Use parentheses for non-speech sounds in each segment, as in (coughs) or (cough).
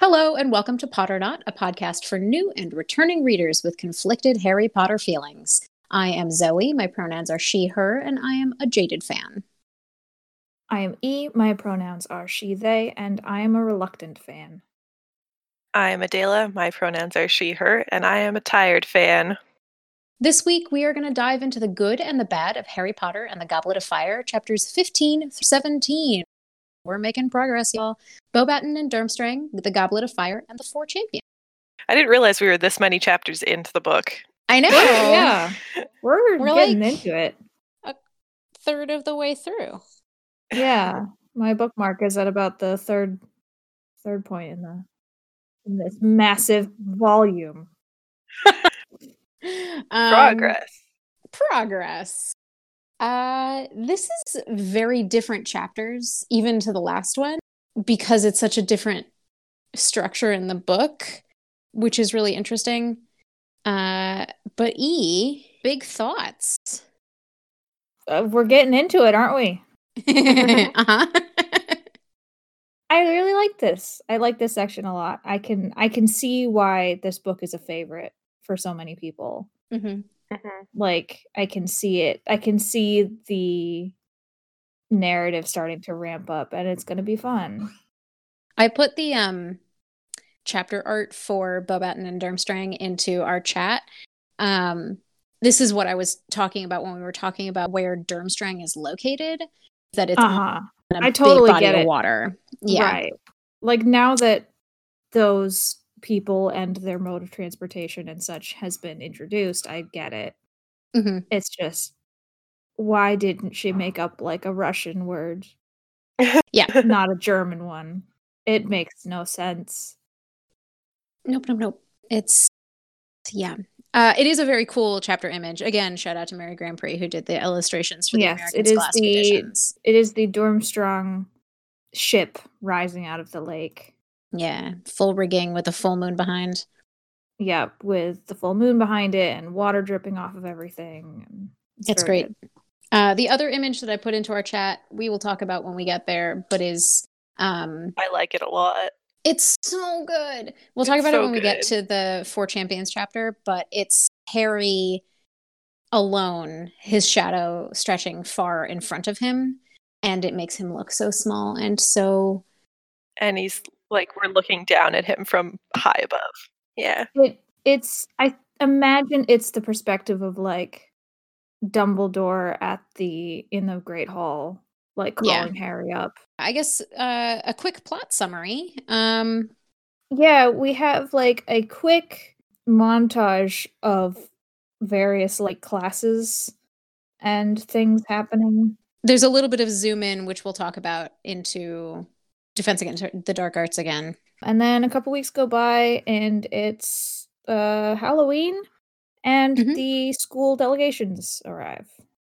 Hello, and welcome to Potternot, a podcast for new and returning readers with conflicted Harry Potter feelings. I am Zoe, my pronouns are she, her, and I am a jaded fan. I am E, my pronouns are she, they, and I am a reluctant fan. I am Adela. My pronouns are she, her, and I am a tired fan. This week, we are going to dive into the good and the bad of Harry Potter and the Goblet of Fire, chapters 15 through 17. We're making progress, y'all. Bobaton and Durmstrang, the Goblet of Fire, and the Four Champions. I didn't realize we were this many chapters into the book. I know. yeah, we're, We're getting like- into it. Third of the way through. Yeah, (laughs) my bookmark is at about the third third point in the in this massive volume. Um, Progress. Progress. Uh, this is very different chapters, even to the last one, because it's such a different structure in the book, which is really interesting. Uh, but E, big thoughts. (laughs) Uh, we're getting into it, aren't we? uh-huh. (laughs) I really like this. I like this section a lot. I can I can see why this book is a favorite for so many people. hmm Mhm. Like I can see it. I can see the narrative starting to ramp up and it's going to be fun. I put the um chapter art for Bobaton and Durmstrang into our chat. Um this is what I was talking about when we were talking about where Durmstrang is located. That it's Uh-huh. on a I totally big body get of it. water. Yeah. Right. Like now that those people and their mode of transportation and such has been introduced, I get it. Mhm. It's just why didn't she make up like a Russian word? (laughs) Yeah. not a German one. It makes no sense. Nope, nope, nope. It's yeah. Uh, it is a very cool chapter image. Again, shout out to Mary Grand Prix who did the illustrations for the Yes, American it is Scholastic the- editions. It is the Dormstrong ship rising out of the lake. Yeah, full rigging with a full moon behind. Yep, with the full moon behind it and water dripping off of everything. and It's very great. Uh, the other image that I put into our chat, we will talk about when we get there, but is um, I like it a lot. it's so good. We'll talk It's about it so when we get good. to the Four Champions chapter, but it's Harry alone, his shadow stretching far in front of him, and it makes him look so small and so And he's like, we're looking down at him from high above. Yeah. It it's I imagine it's the perspective of like Dumbledore at the in the Great Hall, like Yeah. calling Harry up. I guess uh, a quick plot summary. Um, Yeah, we have like a quick montage of various like classes and things happening. there's a little bit of zoom in, which we'll talk about into Defense Against the Dark Arts again. And then a couple weeks go by and it's uh Halloween and Mhm. the school delegations arrive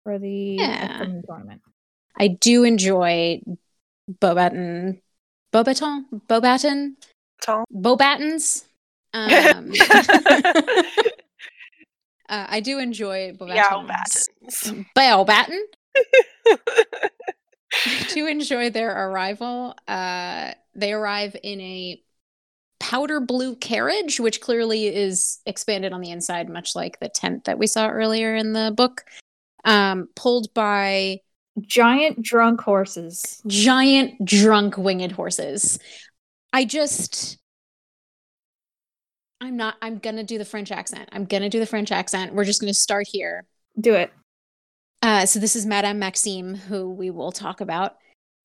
for the Yeah. upcoming tournament. I do enjoy Bobaton, Bobaton, Bobaton, Tom. Bobatons. (laughs) Um, (laughs) uh, I do enjoy Yow Bobatons. battens. Bobaton. Mm. (laughs) To enjoy their arrival, uh, they arrive in a powder blue carriage, which clearly is expanded on the inside, much like the tent that we saw earlier in the book, um, pulled by Giant drunk horses. giant drunk winged horses. I just I'm not I'm going to do the French accent. I'm going to do the French accent. We're just going to start here. Do it. (laughs) Uh, so this is Madame Maxime who we will talk about.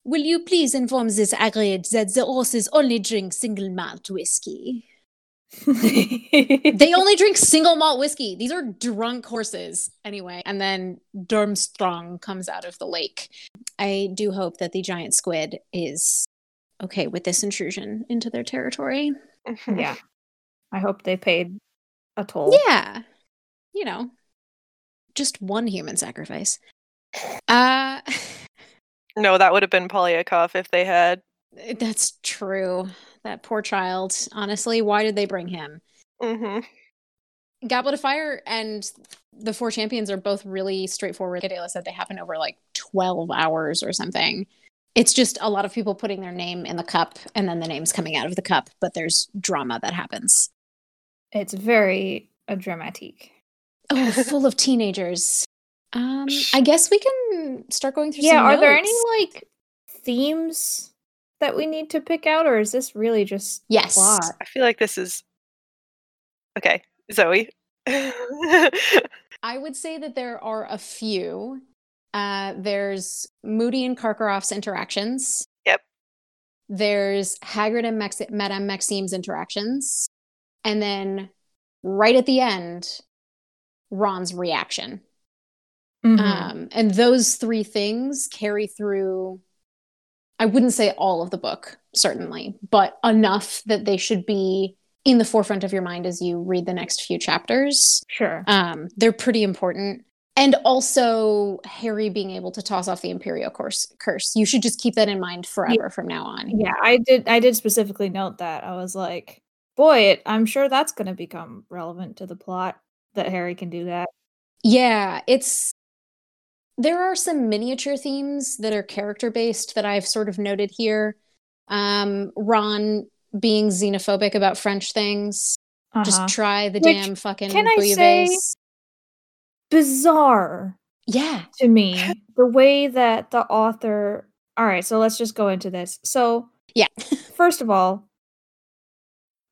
Will you please inform this agreed that the horses only drink single malt whiskey? they They only drink single malt whiskey. These are drunk horses. Anyway, and then Durmstrong comes out of the lake. I do hope that the giant squid is okay with this intrusion into their territory. Mm-hmm. yeah i hope they paid a toll Yeah. You know, just one human sacrifice. Uh (laughs) No, that would have been Polyakov if they had. that's true. That poor child. Honestly, why did they bring him? hmm Goblet of Fire and the Four Champions are both really straightforward. Adela said they happen over like 12 hours or something. It's just a lot of people putting their name in the cup and then the name's coming out of the cup, but there's drama that happens. It's very uh, dramatic. Oh, (laughs) full of teenagers. Um, I guess we can start going through. yeah, some are there notes. any like themes that we need to pick out, or is this really just Yes. plot? I feel like this is okay, Zoe. (laughs) okay, I would say that there are a few. Uh, there's Moody and Karkaroff's interactions. Yep. There's Hagrid and Max- Madame Maxime's interactions. And then right at the end, Ron's reaction. Mhm. Um, and those three things carry through, I wouldn't say all of the book, certainly, but enough that they should be in the forefront of your mind as you read the next few chapters sure. um, they're pretty important and also harry being able to toss off the imperial curse curse you should just keep that in mind forever from now on yeah, I did. I did specifically note that. I was like, boy, it, I'm sure that's going to become relevant to the plot that Harry can do that. yeah it's there are some miniature themes that are character based that i've sort of noted here um ron being xenophobic about french things Uh-huh. just try the Which, damn fucking can I say- bouillabaisse. bizarre yeah to me the way that the author. All right, so let's just go into this. So yeah first of all,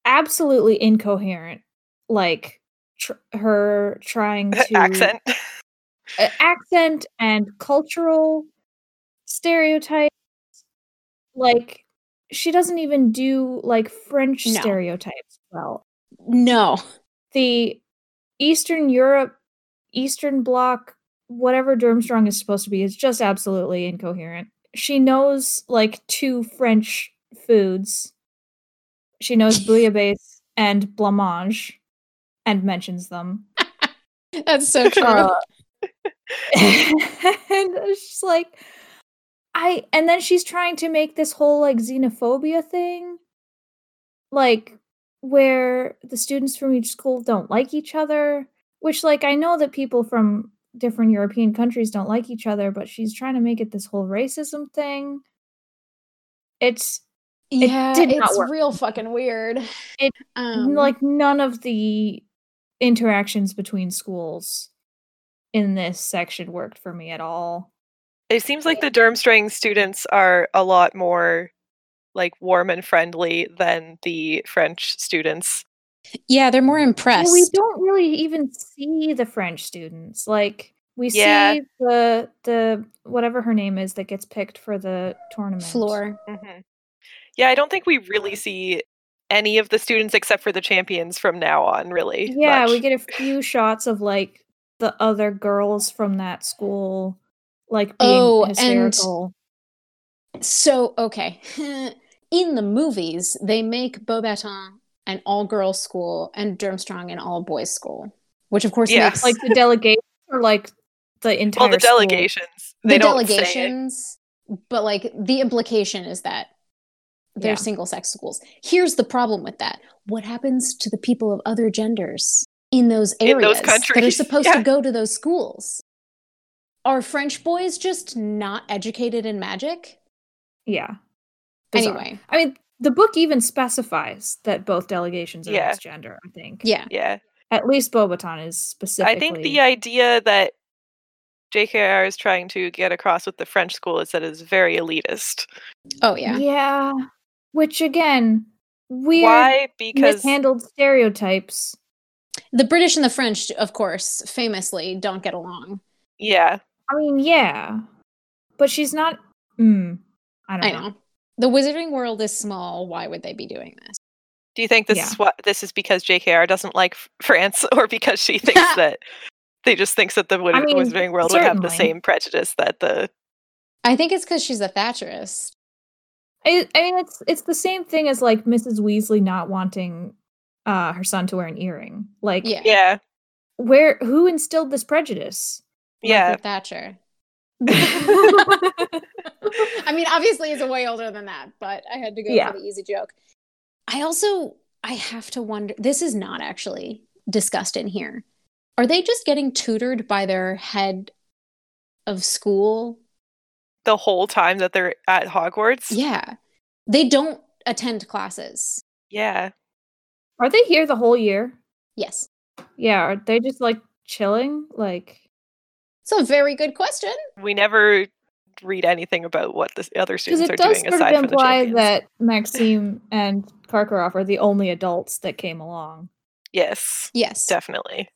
absolutely incoherent. Like tr- her trying to accent. uh, accent and cultural stereotypes. Like she doesn't even do like French No. stereotypes well. no (laughs) The Eastern Europe, Eastern Bloc, whatever Durmstrong is supposed to be, is just absolutely incoherent. She knows like two French foods. She knows bouillabaisse and blancmange, and mentions them. that's so (laughs) true (laughs) Uh, and she's like i and then she's trying to make this whole like xenophobia thing like where the students from each school don't like each other which like i know that people from different european countries don't like each other but she's trying to make it this whole racism thing it's yeah did not it's work. real fucking weird It- um like none of the interactions between schools in this section worked for me at all It seems like the Durmstrang students are a lot more like warm and friendly than the French students. Yeah, they're more impressed. Well, we don't really even see the French students. Like we Yeah. see the the whatever her name is that gets picked for the tournament. Floor. Mm-hmm. Mhm. Yeah, I don't think we really see any of the students except for the champions from now on, really. Yeah, we much. get a few shots of like the other girls from that school, like being Oh, and- hysterical. So, okay. (laughs) In the movies, they make Beaubaton an all girls school and Durmstrong an all boys school, which of course Yeah. makes like the delegation or like the entire all the school. delegations. the They don't say it. delegations, but like the implication is that they're Yeah. single sex schools. Here's the problem with that what happens to the people of other genders in those areas In those that are countries, supposed to yeah. go to those schools? Are French boys just not educated in magic? Yeah. Bizarre. Anyway, I mean the book even specifies that both delegations are Yeah. transgender, I think. yeah. Yeah. At least Bobaton is specifically I think the idea that JKR is trying to get across with the French school is that it's very elitist. Oh yeah. Which again, weird Why? Because mishandled stereotypes. The British and the French, of course, famously don't get along. yeah, I mean, yeah. But she's not mm, I don't I know. The wizarding world is small. Why would they be doing this? do you think this Yeah. is what this is because JKR doesn't like F- France, (laughs) or because she (laughs) thinks that they just thinks that the win- mean, Wizarding World would have the certainly. same prejudice that the I think it's because she's a Thatcherist. I, I mean it's it's the same thing as like Mrs. Weasley not wanting uh her son to wear an earring. Like Yeah. yeah where who instilled (laughs) this prejudice? (laughs) yeah Margaret Thatcher. (laughs) yeah. I mean, obviously, it's way older than that, but I had to go Yeah. for the easy joke. I also, I have to wonder. This is not actually discussed in here. Are they just getting tutored by their head of school the whole time that they're at Hogwarts. Yeah. They don't attend classes. Yeah. Are they here the whole year? Yes. Yeah, are they just like chilling? Like It's a very good question. We never read anything about what the other because students it are doing does sort aside of from the imply champions. that Maxime and Karkaroff are the only adults that came along. Yes, Yes. definitely.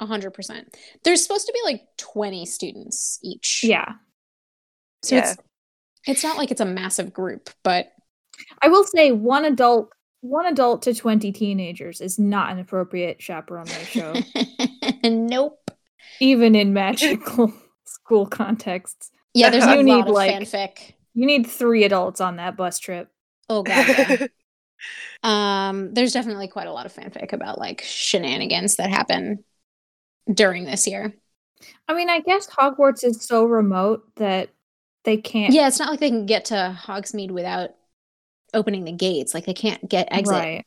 A hundred percent. There's supposed to be like twenty students each. Yeah. So it's it's not like it's a massive group, but I will say one adult one adult to 20 teenagers is not an appropriate chaperone (laughs) Oh. ratio (laughs) nope. even in magical (laughs) school contexts. Yeah, there's a (laughs) You lot need, of like- fanfic. You need 3 adults on that bus trip. Oh god. yeah. um, there's definitely quite a lot of fanfic about like shenanigans that happen during this year. I mean, I guess Hogwarts is so remote that they can't Yeah, it's not like they can get to Hogsmeade without opening the gates. Like they can't get exit. Right.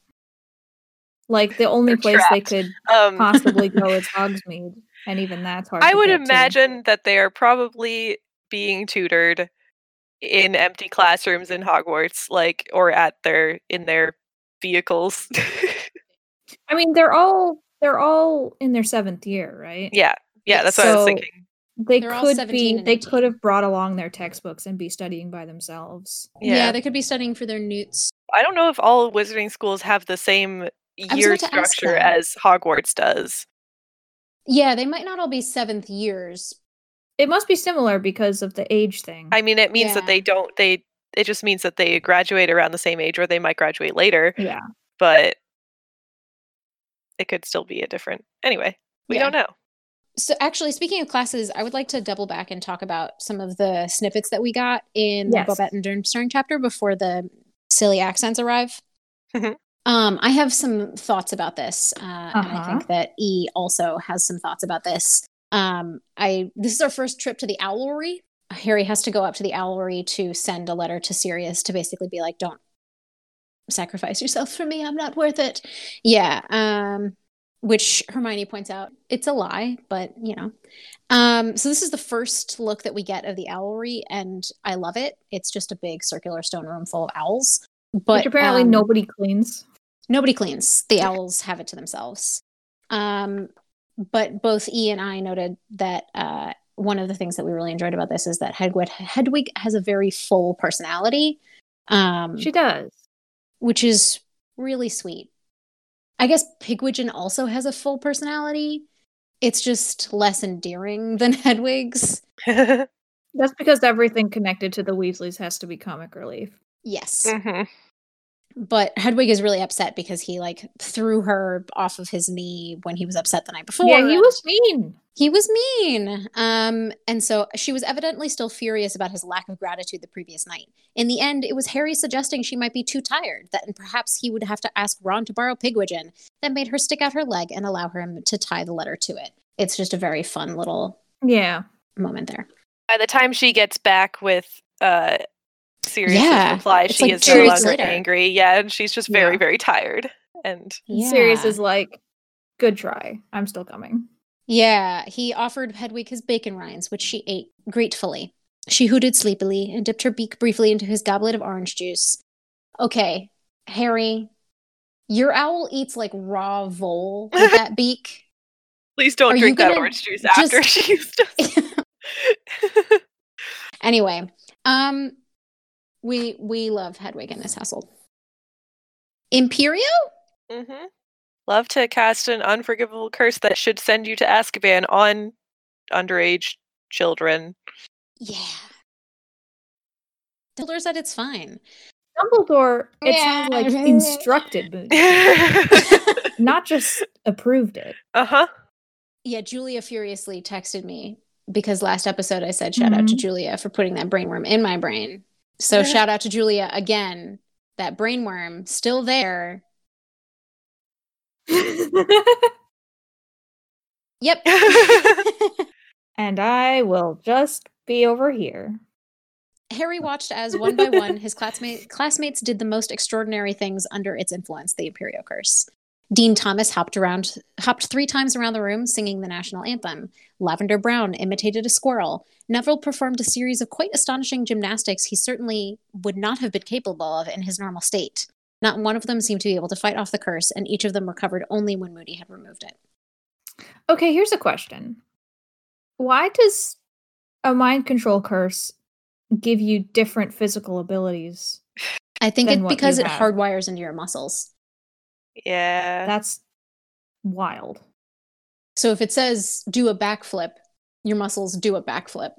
Like the only They're place trapped. they could (laughs) (laughs) um, possibly go is Hogsmeade, and even that's hard. I to would get to. imagine that they are probably being tutored in empty classrooms in Hogwarts, like or at their in their vehicles. (laughs) I mean, they're all they're all in their seventh year, right? yeah, yeah, Yeah, that's what I was so- thinking. They They're all could 17 be. and They 18. could have brought along their textbooks and be studying by themselves. Yeah. Yeah. they could be studying for their newts. I don't know if all wizarding schools have the same was year about to ask structure that. as Hogwarts does. Yeah, they might not all be seventh years. It must be similar because of the age thing. I mean, it means Yeah. that they don't they. It just means that they graduate around the same age, or they might graduate later. Yeah. but it could still be a different. Anyway, we Yeah. don't know. So, actually, speaking of classes, I would like to double back and talk about some of the snippets that we got in Yes. the Bobette and Durmstrang chapter before the silly accents arrive. Mm-hmm. Mhm. Um, I have some thoughts about this, uh, and I Uh-huh. think that E also has some thoughts about this. Um, I this is our first trip to the Owlry. Harry has to go up to the Owlry to send a letter to Sirius to basically be like, "Don't sacrifice yourself for me. I'm not worth it." Yeah. Um, which Hermione points out it's a lie, but you know. Um, so this is the first look that we get of the owlry, and I love it. It's just a big circular stone room full of owls, but Which apparently um, nobody cleans. nobody cleans. The owls have it to themselves. Um, but both E and I noted that uh, one of the things that we really enjoyed about this is that Hedwig, Hedwig has a very full personality. Um, She does. which is really sweet. I guess Pigwidgeon also has a full personality. It's just less endearing (laughs) than Hedwig's. (laughs) That's because everything connected to the Weasleys has to be comic relief. Yes. Mhm. But Hedwig is really upset because he like threw her off of his knee when he was upset the night before. yeah, he was mean. He was mean. Um, and so she was evidently still furious about his lack of gratitude the previous night. In the end, it was Harry suggesting she might be too tired, that and perhaps he would have to ask Ron to borrow Pigwidgeon, that made her stick out her leg and allow him to tie the letter to it. It's just a very fun little Yeah. moment there. By the time she gets back with uh serious Yeah, reply, it's she like is two no weeks longer later. angry. Yeah, and she's just very, Yeah. very tired. And And Sirius Yeah. is like, good try. I'm still coming. Yeah, he offered Hedwig his bacon rinds, which she ate gratefully. She hooted sleepily and dipped her beak briefly into his goblet of orange juice. Okay, Harry, your owl eats like raw vole with that beak. (laughs) please don't Are you drink that gonna orange juice just- after (laughs) she's just (laughs) anyway, um, we we love Hedwig in this household. Imperio? hmm Love to cast an unforgivable curse that should send you to Azkaban on underage (laughs) children. Yeah. Dumbledore's at its fine. Dumbledore, it sounds like Yeah. instructed Moody, (laughs) uh (laughs) not just approved it. (laughs) huh. Yeah, Julia furiously texted me because last episode I said shout out to Mhm. Julia for putting that brainworm in my brain. So shout out to Julia again. That brainworm still there. Yep. and I will just be over here. Harry watched as one by one his classmate, classmates did the most extraordinary things under its influence, the Imperial Curse. Dean Thomas hopped around hopped 3 times around the room singing the national anthem. Lavender Brown imitated a squirrel. Neville performed a series of quite astonishing gymnastics he certainly would not have been capable of in his normal state. Not one of them seemed to be able to fight off the curse, and each of them recovered only when Moody had removed it. Okay, here's a question. Why does a mind control curse give you different physical abilities? I think Than it's what you because it have. hardwires into your muscles. Yeah. That's wild. So if it says do a backflip, your muscles do a backflip.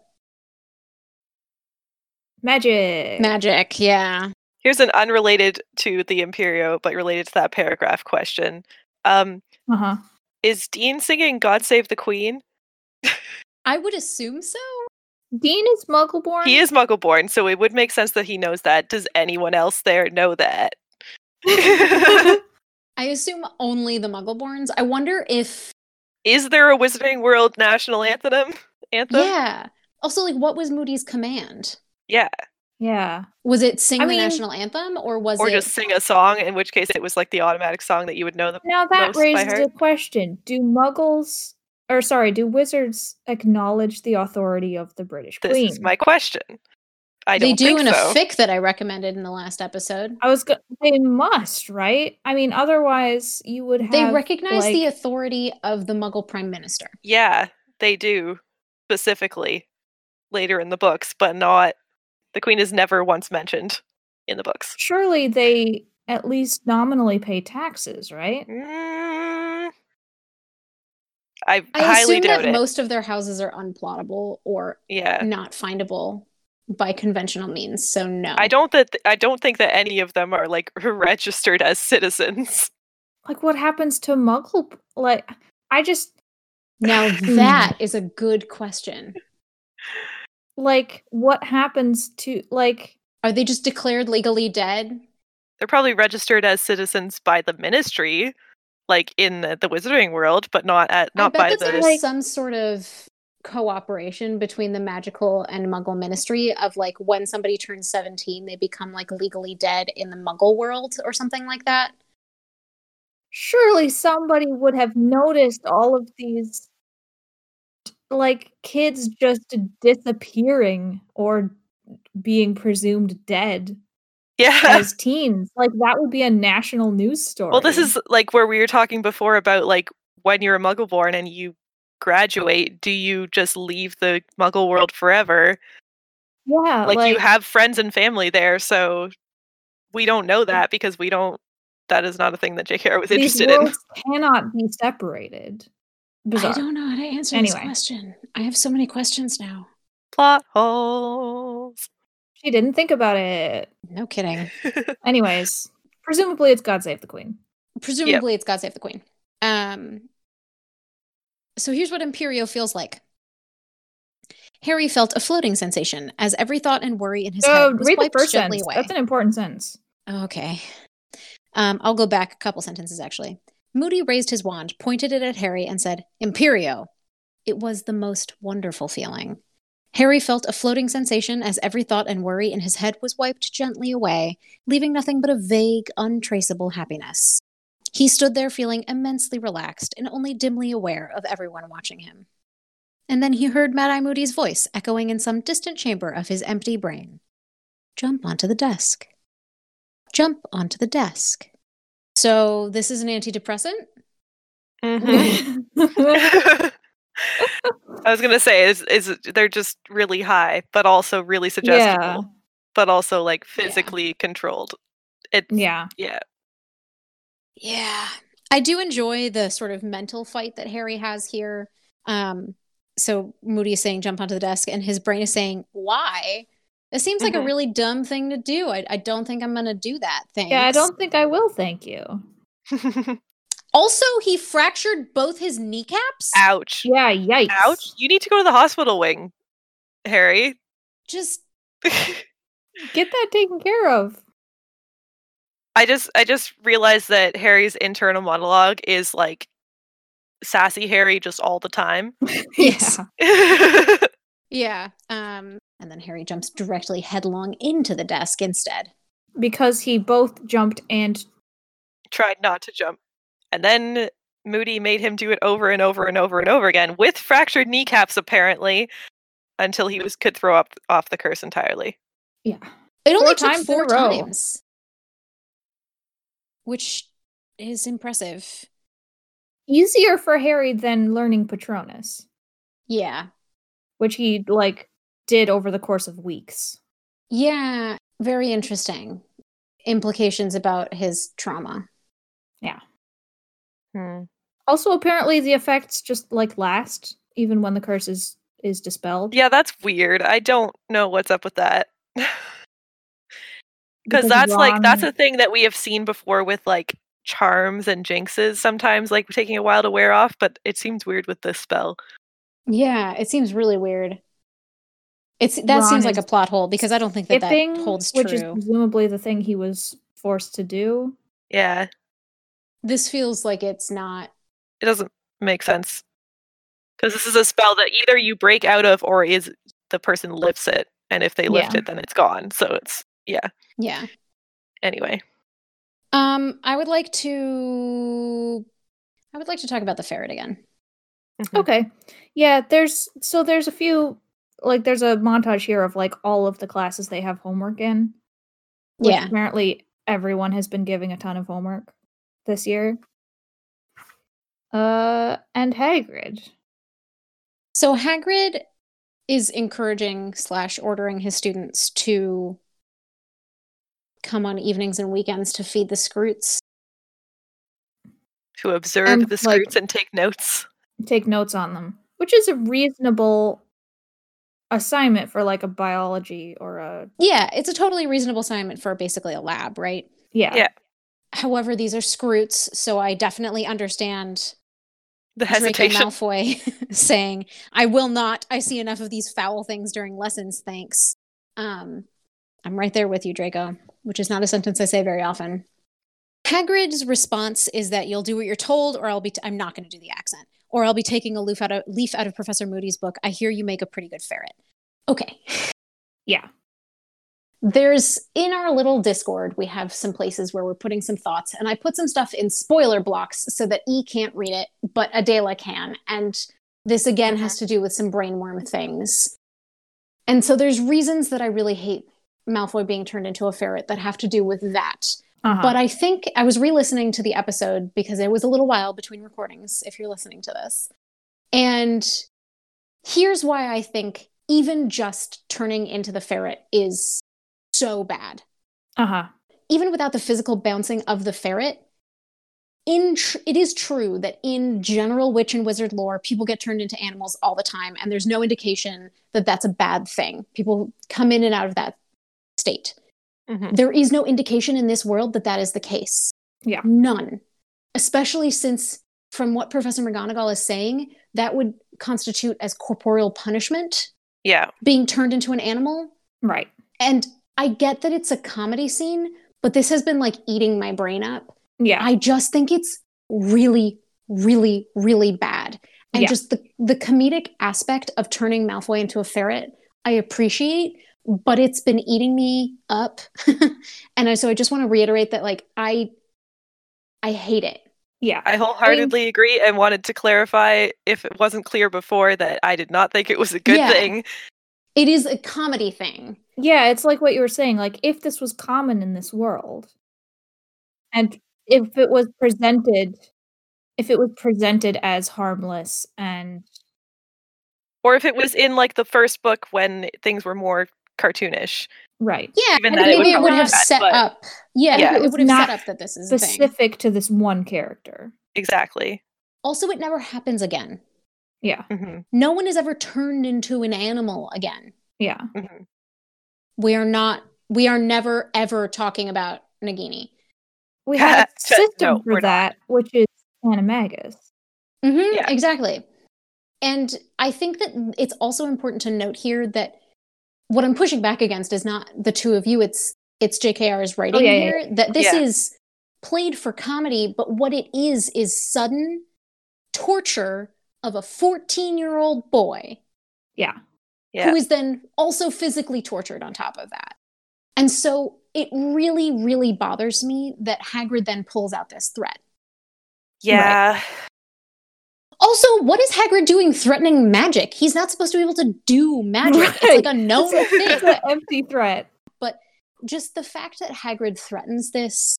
Magic. Magic, yeah. Here's an unrelated to the Imperio, but related to that paragraph question. Um, uh-huh. is Dean singing God Save the Queen? I would assume so. Dean is muggle born. He is Muggleborn, so it would make sense that he knows that. Does anyone else there (laughs) know that? (laughs) I assume only the Muggleborns. I wonder if is there a Wizarding World national anthem? Anthem? yeah. Also, like, what was Moody's command? Yeah, yeah. Was it sing I the mean- national anthem, or was Or it just sing a song, in which case it was like the automatic song that you would know them. Now that Most by raises a heart. question. Do muggles or sorry, do wizards acknowledge the authority of the British This Queen? is my question. I don't they do think in so. a fic that I recommended in the last episode? I was go- they must, right? I mean otherwise you would have They recognize the like- authority of the Muggle Prime Minister. yeah, they do specifically later in the books, but not. The Queen is never once mentioned in the books. surely they at least nominally pay taxes, right? Mm, I, I highly assume doubt that it. most of their houses are unplottable or yeah, not findable by conventional means. So no, I don't that I don't think that any of them are like (laughs) registered as citizens. Like what happens to muggle like I just (laughs) Now Hmm. that is a good question. like what happens to like Are they just declared legally dead? They're probably registered as citizens by the Ministry, like in the, the Wizarding world, but not at not I by bet that the there's some sort of cooperation between the magical and muggle ministry of like when somebody turns 17 they become like legally dead in the muggle world or something like that surely somebody would have noticed all of these like kids just disappearing or being presumed (laughs) dead (laughs) yeah. as teens like that would be a national news story Well, this is like where we were talking before about like when you're a muggle born and you graduate, do you just leave the muggle world forever? yeah Like, you have friends and family there, so we don't know that because we don't that is not a thing that JKR was these interested in. worlds cannot be separated bizarre i don't know how to answer this Anyway. question i have so many questions now (laughs) Plot holes. she didn't think about it no kidding anyways presumably it's god save the queen presumably it's god save the queen um so here's what imperio feels like harry felt a floating sensation as every thought and worry in his so head was read the wiped first gently sentence away that's an important sentence Okay. Um, I'll go back a couple sentences actually. Moody raised his wand, pointed it at Harry, and said, Imperio. It was the most wonderful feeling. Harry felt a floating sensation as every thought and worry in his head was wiped gently away, leaving nothing but a vague, untraceable happiness. He stood there feeling immensely relaxed and only dimly aware of everyone watching him. And then he heard Mad Eye Moody's voice echoing in some distant chamber of his empty brain Jump onto the desk jump onto the desk. So this is an antidepressant. Mm-hmm. Mhm. (laughs) Uh-huh. (laughs) I was gonna say is is they're just really high, but also really suggestible, yeah but also like physically controlled. It (laughs) yeah yeah. (laughs) Yeah. I do enjoy the sort of mental fight that Harry has here. Um, so Moody is saying jump onto the desk, and his brain is saying, why? It seems like a Mhm. really dumb thing to do. I, I don't think I'm going to do that thing. Yeah, I don't think I will. Thank you. Also, he fractured both his kneecaps. Ouch. Yeah, yikes. Ouch. You need to go to the hospital wing, Harry. (laughs) Just Get that taken care (laughs) of. I just I just realized that Harry's internal monologue is like sassy Harry just all the time. (laughs) Yes. Yeah. yeah. Um, and then Harry jumps directly headlong into the desk instead. Because he both jumped and Tried not to jump. And then Moody made him do it over and over and over and over again with fractured kneecaps, apparently, until he was could throw up off the curse entirely. Yeah. It only Four took times in four a row. times, which is impressive. Easier for Harry than learning Patronus, Yeah. which he like did over the course of weeks. Yeah. Very interesting implications about his trauma. Also, apparently the effects just like last even when the curse is is dispelled. Yeah, that's weird. I don't know what's up with that. (laughs) because that's like that's a thing that we have seen before with like charms and jinxes sometimes like taking a while to wear off but it seems weird with this spell Yeah, it seems really weird. It's that Ron seems like is a plot hole because I don't think that skipping, that holds which is true. presumably the thing he was forced to do. yeah This feels like it's not. it doesn't make sense because this is a spell that either you break out of or is the person lifts it and if they lift Yeah. it then it's gone so it's yeah Yeah. anyway Um, I would like to. I would like to talk about the ferret again. Mhm. Okay. Yeah, there's so there's a few like there's a montage here of like all of the classes they have homework in. which Yeah. Apparently everyone has been giving a ton of homework this year. Uh and Hagrid. So Hagrid is encouraging slash ordering his students to come on evenings and weekends to feed the scroots. to observe And, the like- scroots and take notes (laughs) Take notes on them, which is a reasonable assignment for like a biology or a Yeah, it's a totally reasonable assignment for basically a lab, right? yeah. Yeah. However, these are scroots, so I definitely understand the Draco hesitation Malfoy (laughs) saying, "I will not. I see enough of these foul things during lessons. Thanks." Um, I'm right there with you, Draco. Which is not a sentence I say very often. Hagrid's response is that you'll do what you're told, or I'll be. T- I'm not going to do the accent, or I'll be taking a leaf out of leaf out of Professor Moody's book. I hear you make a pretty good ferret. Okay, Yeah. there's in our little discord we have some places where we're putting some thoughts and i put some stuff in spoiler blocks so that e can't read it but adela can and this again has to do with some brainworm things and so there's reasons that i really hate malfoy being turned into a ferret that have to do with that Uh-huh. but I think I was re listening to the episode because it was a little while between recordings, if you're listening to this. And here's why I think even just turning into the ferret is so bad. uh-huh. Even without the physical bouncing of the ferret, in tr- it is true that in general witch and wizard lore, people get turned into animals all the time, and there's no indication that that's a bad thing. People come in and out of that state Mhm. there is no indication in this world that that is the case. Yeah. None. Especially since, from what Professor McGonagall is saying, that would constitute as corporeal punishment, yeah being turned into an animal. Right. And I get that it's a comedy scene, but this has been like eating my brain up. Yeah. I just think it's really, really, really bad. And Yeah. just the, the comedic aspect of turning Malfoy into a ferret, I appreciate, but it's been eating me up. (laughs) and I, so I just want to reiterate that, like, I, I hate it. yeah. I wholeheartedly agree and wanted to clarify if it wasn't clear before that I did not think it was a good Yeah. thing. It is a comedy thing. Yeah, it's like what you were saying. Like, if this was common in this world, and if it was presented, if it was presented as harmless and Or if it was in like the first book when things were more cartoonish. right, Yeah, Even I that think it maybe would it would not- have set but- up. Yeah, Yeah. it It would have was set not up that this is a thing. specific to this one character. Exactly. Also, it never happens again. Yeah, Mhm, No one is ever turned into an animal again. yeah, mhm. we are not we are never ever talking about nagini we have (laughs) a Shit, system no, we're for not. that, which is animagus. mm-hmm, Yeah. exactly and i think that it's also important to note here that what i'm pushing back against is not the two of you it's it's jkr's writing Oh, yeah, yeah, here that this Yeah. is played for comedy but what it is is sudden torture of a 14 year old boy Yeah, Yeah. who is then also physically tortured on top of that. And so it really, really bothers me that Hagrid then pulls out this threat. Yeah. Also, what is Hagrid doing threatening magic? He's not supposed to be able to do magic. It's like a known It's a- it's thing. an (laughs) empty threat. (laughs) Just the fact that Hagrid threatens this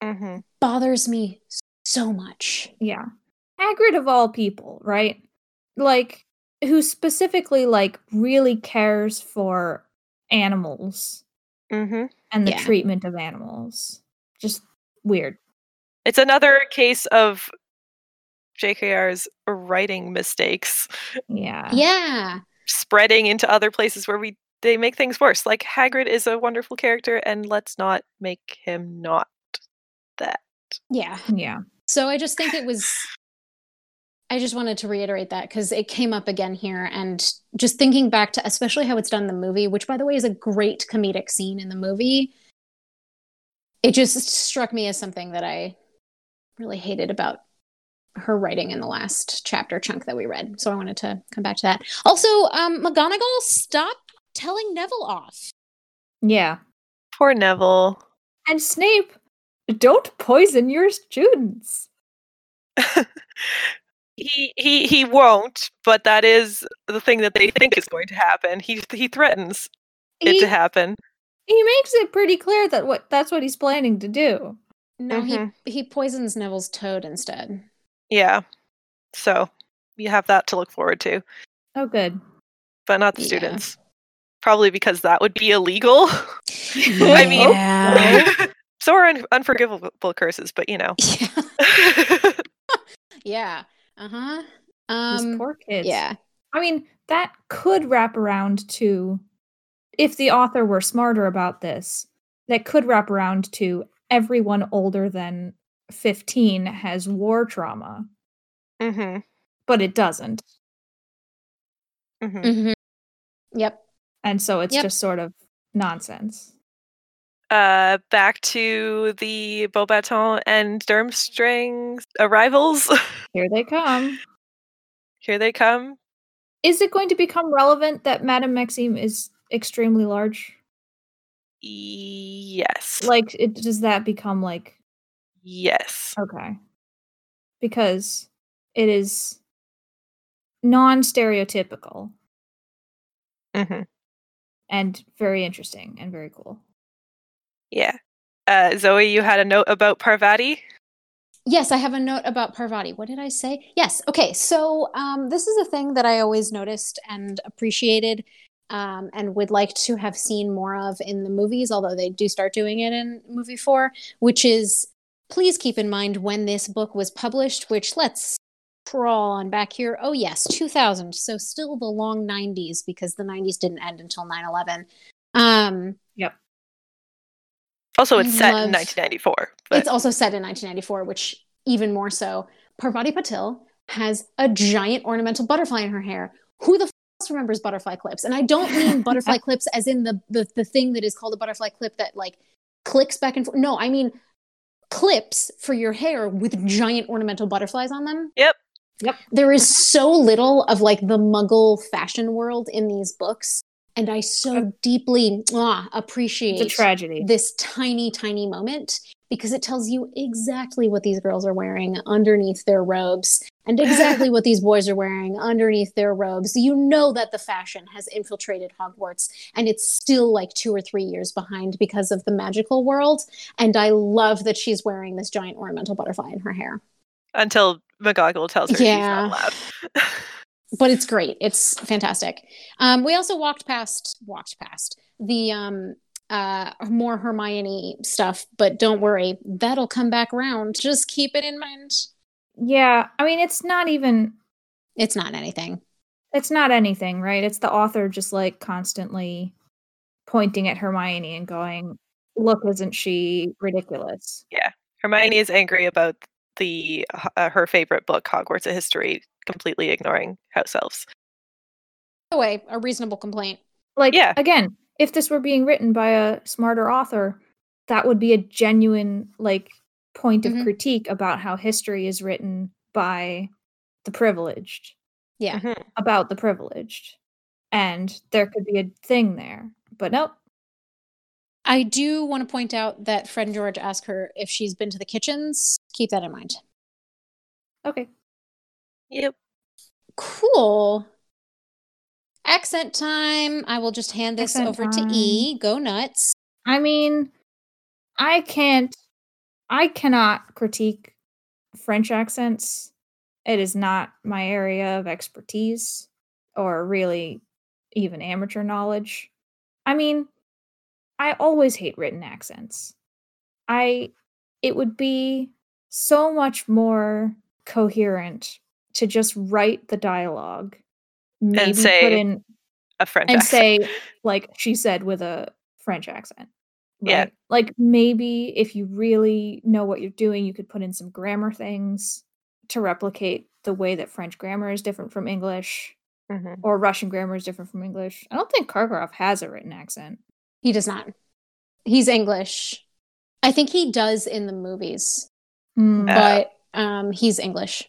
hmm bothers me so much. Yeah. Hagrid of all people, right? Like who specifically like really cares for animals hmm and the Yeah. treatment of animals. Just weird. It's another case of JKR's writing mistakes Yeah. Yeah. spreading into other places where we they make things worse. Like Hagrid is a wonderful character, and let's not make him not that. Yeah. Yeah. So I just think it was. I just wanted to reiterate that because it came up again here. And just thinking back to especially how it's done in the movie, which, by the way, is a great comedic scene in the movie, it just struck me as something that I really hated about her writing in the last chapter chunk that we read. So I wanted to come back to that. Also, um, McGonagall, stop telling Neville off. Yeah. Poor Neville. And Snape, don't poison your students. He he he won't, but that is the thing that they think is going to happen. He he threatens it He, to happen. he makes it pretty clear that what that's what he's planning to do. No, Mhm. he, he poisons Neville's toad instead. Yeah. So you have that to look forward to, Oh good. but not the Yeah. students. Probably because that would be illegal. (laughs) I mean- Yeah. (laughs) so are un- unforgivable curses, but you know. yeah. (laughs) Yeah. Uh huh. These Um. poor kids. Yeah. I mean, that could wrap around to, if the author were smarter about this, that could wrap around to everyone older than 15 has war trauma, Mm-hmm, hmm but it doesn't. hmm hmm Yep. And so it's Yep. just sort of nonsense. Uh, back to the Beaubaton and Durmstrang arrivals. (laughs) Here they come. Here they come. Is it going to become relevant that Madame Maxime is extremely large? Yes. Like, it, does that become like yes. Okay. Because it is non stereotypical Mm-hmm. hmm and very interesting and very cool. Yeah. Uh, Zoe, you had a note about Parvati. Yes, I have a note about Parvati. What did I say? Yes. Okay. So um, this is a thing that I always noticed and appreciated, um, and would like to have seen more of in the movies. Although they do start doing it in movie four, which is please keep in mind when this book was published. Which let's crawl on back here. Oh yes, two thousand. So still the long nineties because the nineties didn't end until 9-11. Um, Also, it's I set love- in 1994. But it's also set in 1994, which even more so. Parvati Patil has a giant ornamental butterfly in her hair. Who the f- else remembers butterfly clips? And I don't mean (laughs) butterfly clips as in the, the the thing that is called a butterfly clip that like clicks back and forth. No, I mean clips for your hair with giant ornamental butterflies on them. Yep. Mm-hmm. Yep. There is so little of like the Muggle fashion world in these books, and I Uh, so deeply mwah, appreciate It's a tragedy. this tiny, tiny moment because it tells you exactly what these girls are wearing underneath their robes and exactly what these boys are wearing underneath their robes. You know that the fashion has infiltrated Hogwarts and it's still like two or three years behind because of the magical world. And I love that she's wearing this giant ornamental butterfly in her hair. until McGonagall tells her Yeah. she's not allowed. But it's great. It's fantastic. Um, we also walked past, walked past the um, uh, more Hermione stuff, but don't worry, that'll come back round. Just keep it in mind. yeah. I mean, it's not even, It's not anything. it's not anything, right? It's the author just like constantly pointing at Hermione and going, look, isn't she ridiculous? Hermione is angry about the h- uh, her favorite book, Hogwarts: A History, completely ignoring house elves. By the way, a reasonable complaint. Like, Yeah. again, if this were being written by a smarter author, that would be a genuine like point of Mhm. critique about how history is written by the privileged, Yeah. Mhm. about the privileged. And there could be a thing there. But nope. I do want to point out that Fred and George ask her if she's been to the kitchens. Keep that in mind. Okay. Yep. Cool. Accent time. I will just hand this Accent over time. to E. Go nuts. I mean, I can't, I cannot critique French accents. It is not my area of expertise or really even amateur knowledge. I mean, I always hate written accents. I, it would be so much more coherent to just write the dialogue, maybe put say in A French and accent. say like she said with a French accent. Yeah. right? Like maybe if you really know what you're doing, you could put in some grammar things to replicate the way that French grammar is different from English (laughs) Mhm. or Russian grammar is different from English. I don't think Karkaroff has a written accent. He does not. He's English. I think he does in the movies, Mm. Uh. but um, he's English.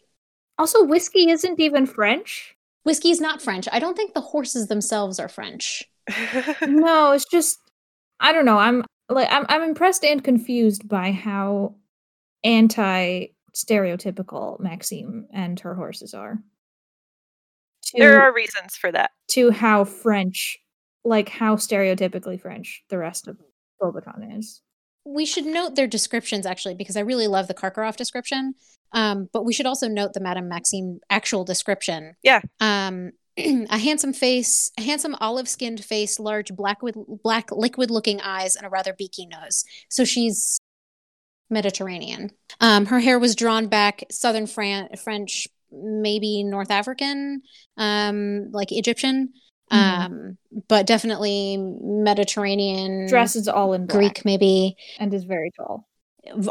also, whiskey isn't even French. Whiskey is not French. I don't think the horses themselves are French. no, it's just I don't know. I'm like I'm I'm impressed and confused by how anti stereotypical Maxime and her horses are. (laughs) To, Mm. there are reasons for that. to how French, like how stereotypically French the rest of Bobaton is. we should note their descriptions actually because I really love the Karkaroff description. Um, but we should also note the Madame Maxime actual description. Yeah. Um, (clears throat) a handsome face, a handsome olive-skinned face, large black with black liquid-looking eyes, and a rather beaky nose. So she's Mediterranean. Um, her hair was drawn back, Southern Fran- French, maybe North African, um, like Egyptian, Mhm. um, but definitely Mm. Mediterranean. Dresses all in black Greek, maybe and is very tall.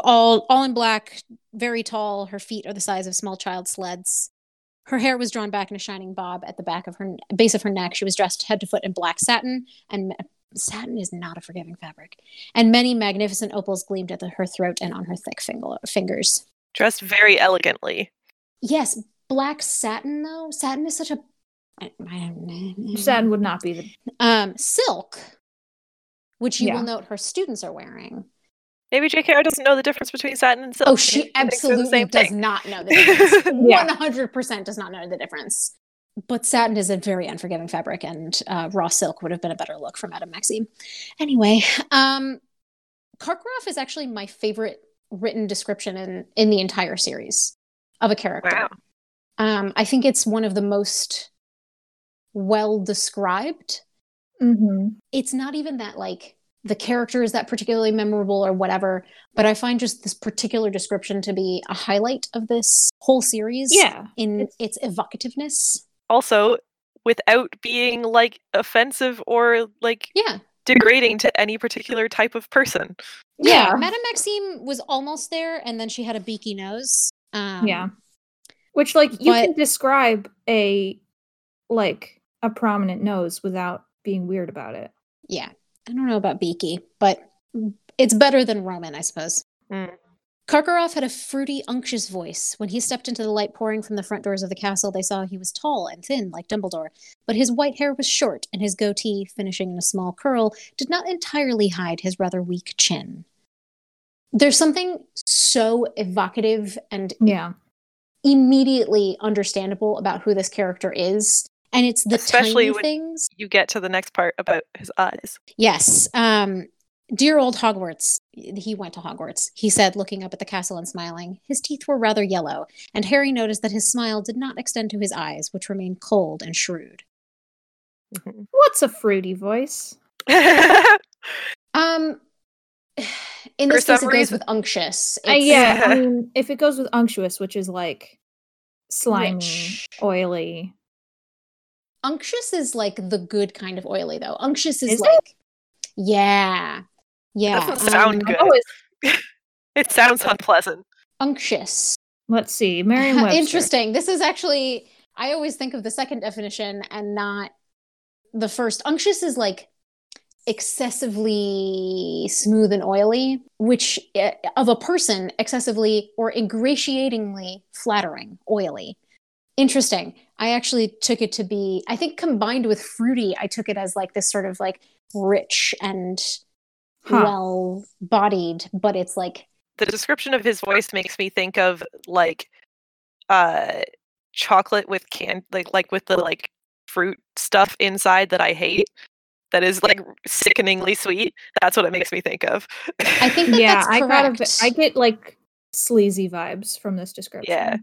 all all in black, very tall. Her feet are the size of small child sleds. Her hair was drawn back in a shining bob at the back of her base of her neck. She was dressed head to foot in black satin, and ma- satin is not a forgiving fabric. And many magnificent opals gleamed at the, her throat and on her thick finger, fingers. Dressed very elegantly. Yes, black satin though. Satin is such a I- I- Mm-hmm. Satin would not be the um silk, which you Yeah. will note her students are wearing. Maybe J.K.R. doesn't know the difference between satin and silk. Oh, Maybe she thinks they're the absolutely same does thing. not (laughs) know (laughs) the difference. Yeah. One hundred percent does not know the difference. But satin is a very unforgiving fabric, and uh, raw silk would have been a better look for Madame Maxime. Anyway, um, Karkaroff is actually my favorite written description in in the entire series of a character. Wow. Um, I think it's one of the most well described Mhm. it's not even that like the character is that particularly memorable or whatever, but I find just this particular description to be a highlight of this whole series Yeah. in it's- its evocativeness. Also, without being like offensive or like Yeah. degrading to any particular type of person. Yeah. Madame Maxime was almost there and then she had a beaky nose. Um, yeah which like you but- can describe a like a prominent nose without being weird about it Yeah. I don't know about beaky, but it's better than Roman, I suppose. Mm. Karkaroff had a fruity, unctuous voice. When he stepped into the light pouring from the front doors of the castle, they saw he was tall and thin, like Dumbledore, but his white hair was short, and his goatee, finishing in a small curl, did not entirely hide his rather weak chin. There's something so evocative and yeah immediately understandable about who this character is, and it's the Especially tiny when- things You get to the next part about his eyes. Yes. Um, dear old Hogwarts. He went to Hogwarts, he said, looking up at the castle and smiling. His teeth were rather yellow, and Harry noticed that his smile did not extend to his eyes, which remained cold and shrewd. Mm-hmm. Mhm. what's a fruity voice Um, (sighs) in For this case, it some goes reason- with unctuous. Uh, It's- yeah (laughs) i mean if it goes with unctuous which is like slimy Rich. oily Unctuous is like the good kind of oily, though. Unctuous is, Is it? like, yeah, yeah. Doesn't sound um, good. oh it's- (laughs) it sounds unpleasant. Unctuous. let's see (laughs) merriam webster Interesting. This is actually I always think of the second definition and not the first. Unctuous is like excessively smooth and oily, which eh, of a person excessively or ingratiatingly flattering, oily. Interesting. I actually took it to be I think combined with fruity, I took it as like this sort of like rich and Huh. well bodied, but it's like The description of his voice makes me think of like uh chocolate with can like like with the like fruit stuff inside that I hate that is like sickeningly sweet. That's what it makes me think of. I think that yeah, that's I correct. got a v- I get like sleazy vibes from this description. Yeah.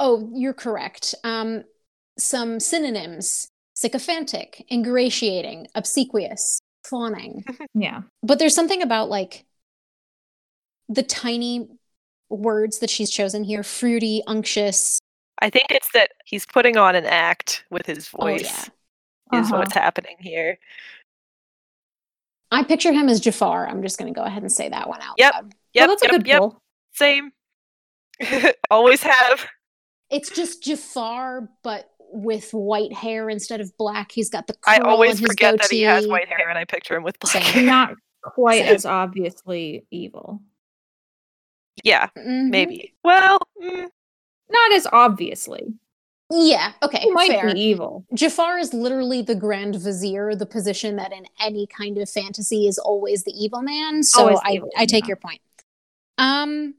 Oh, you're correct. Um, some synonyms sycophantic, ingratiating, obsequious, fawning. (laughs) Yeah. But there's something about like the tiny words that she's chosen here fruity, unctuous. (laughs) I think it's that he's putting on an act with his voice Oh, Uh-huh. is what's happening here. I picture him as Jafar. I'm just going to go ahead and say that one out Yep. loud. Yep, well, that's yep, a good yep, pull. same. (laughs) Always have. It's just Jafar, but with white hair instead of black. He's got the curl I in always his forget that he has goatee. white hair and I picture him with black Same. hair. (laughs) Not quite Same. as obviously evil. Yeah, Mm-hmm. Mhm. maybe. Well, mm, Not as obviously. Yeah. Okay. He might fair. be evil. Jafar is literally the Grand Vizier, the position that in any kind of fantasy is always the evil man. So Always the I, evil I take man. your point. Um,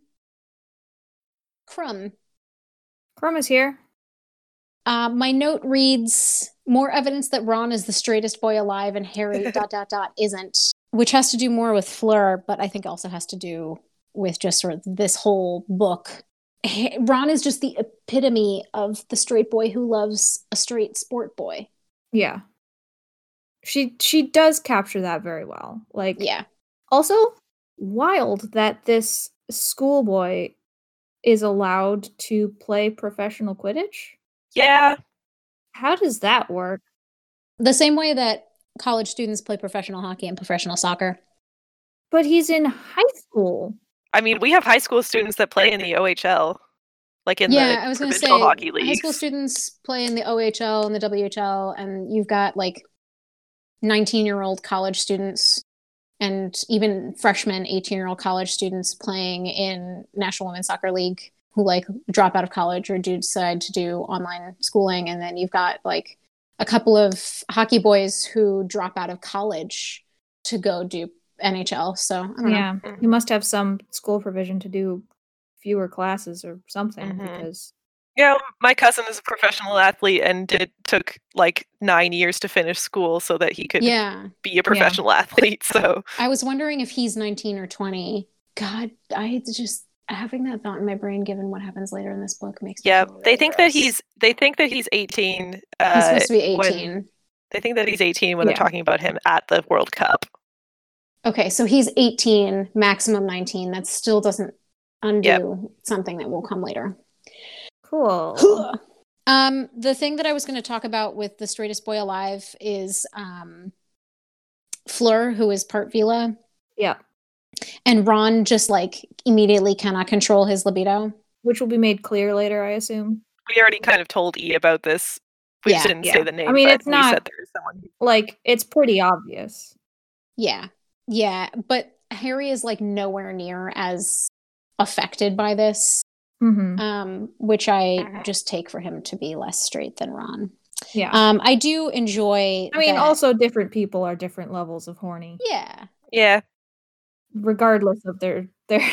Crumb. Chroma's here. Uh, my note reads more evidence that Ron is the straightest boy alive and (laughs) Harry dot dot dot isn't, which has to do more with Fleur, but I think also has to do with just sort of this whole book. Ha- Ron is just the epitome of the straight boy who loves a straight sport boy. Yeah. She she does capture that very well. Like Yeah. also wild that this schoolboy is allowed to play professional quidditch. yeah, How does that work? The same way that college students play professional hockey and professional soccer. But he's in high school. I mean, we have high school students that play in the OHL, like in yeah, the I was going to say provincial hockey leagues. high school students play in the OHL and the WHL, and you've got like 19 year old college students and even freshmen 18 year old college students playing in National Women's Soccer League who like drop out of college or do decide to do online schooling. And then you've got like a couple of hockey boys who drop out of college to go do NHL. So I don't know. Yeah. He must have some school provision to do fewer classes or something Mhm. because Yeah, my cousin is a professional athlete and did took like nine years to finish school so that he could Yeah. be a professional (laughs) athlete. So I was wondering if he's 19 or 20. God, I just having that thought in my brain, given what happens later in this book, makes me yeah, feel they really think that gross. he's they think that he's eighteen. he's Uh, supposed to be when- 18. they think that he's eighteen when Yeah. they're talking about him at the World Cup. Okay, so he's 18, maximum 19. That still doesn't undo something that will come later. (gasps) cool. Uh-huh. (sighs) um, the thing that I was going to talk about with the straightest boy alive is um, Fleur, who is part Vila, yeah. and Ron just like immediately cannot control his libido. Which will be made clear later, I assume. We already kind of told E about this. We just Yeah, didn't yeah. say the name. mean, but it's we not- said there was someone. who- Like it's pretty obvious. Yeah. Yeah. But Harry is like nowhere near as affected by this, Mm-hmm. um, which I Mhm. just take for him to be less straight than Ron. Yeah. Um, I do enjoy. I mean, that- also different people are different levels of horny, Yeah. Yeah. regardless of their (laughs) their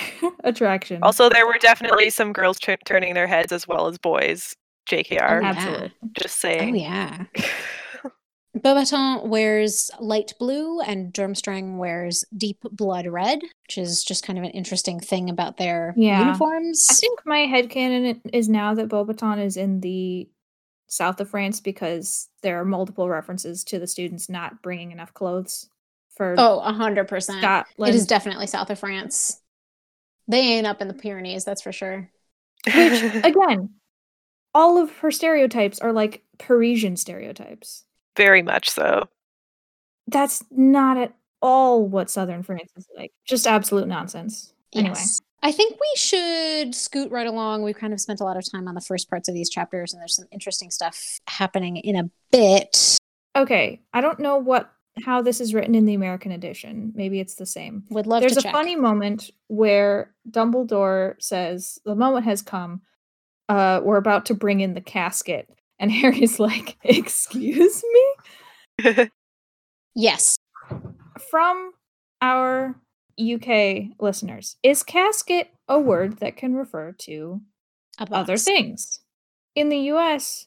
attraction. Also, there were definitely some girls tur- turning their heads as well as boys. Oh, JKR. yeah. absolutely. Just Oh, saying. yeah. Beaubaton wears light blue and Durmstrang wears deep blood red, which is just kind of an interesting thing about their Yeah. uniforms. I think my headcanon i- is now that Bobaton is in the south of France because there are multiple references to the students not bringing enough clothes for oh, 100%. Scotland. It is definitely south of France. They ain't up in the Pyrenees, that's for sure. Again, all of her stereotypes are like Parisian stereotypes. (laughs) Very much so. (laughs) That's not at all what southern France is like. Just absolute nonsense. Anyway. Yes. I think we should scoot right along. We've kind of spent a lot of time on the first parts of these chapters, and there's some interesting stuff happening in a bit. okay i don't know what how this is written in the american edition maybe it's the same Would love there's to a check. funny moment where dumbledore says the moment has come uh we're about to bring in the casket and (laughs) harry's like excuse me yes. from our uk listeners is casket a word that can refer to A box. Oh, other things in the US,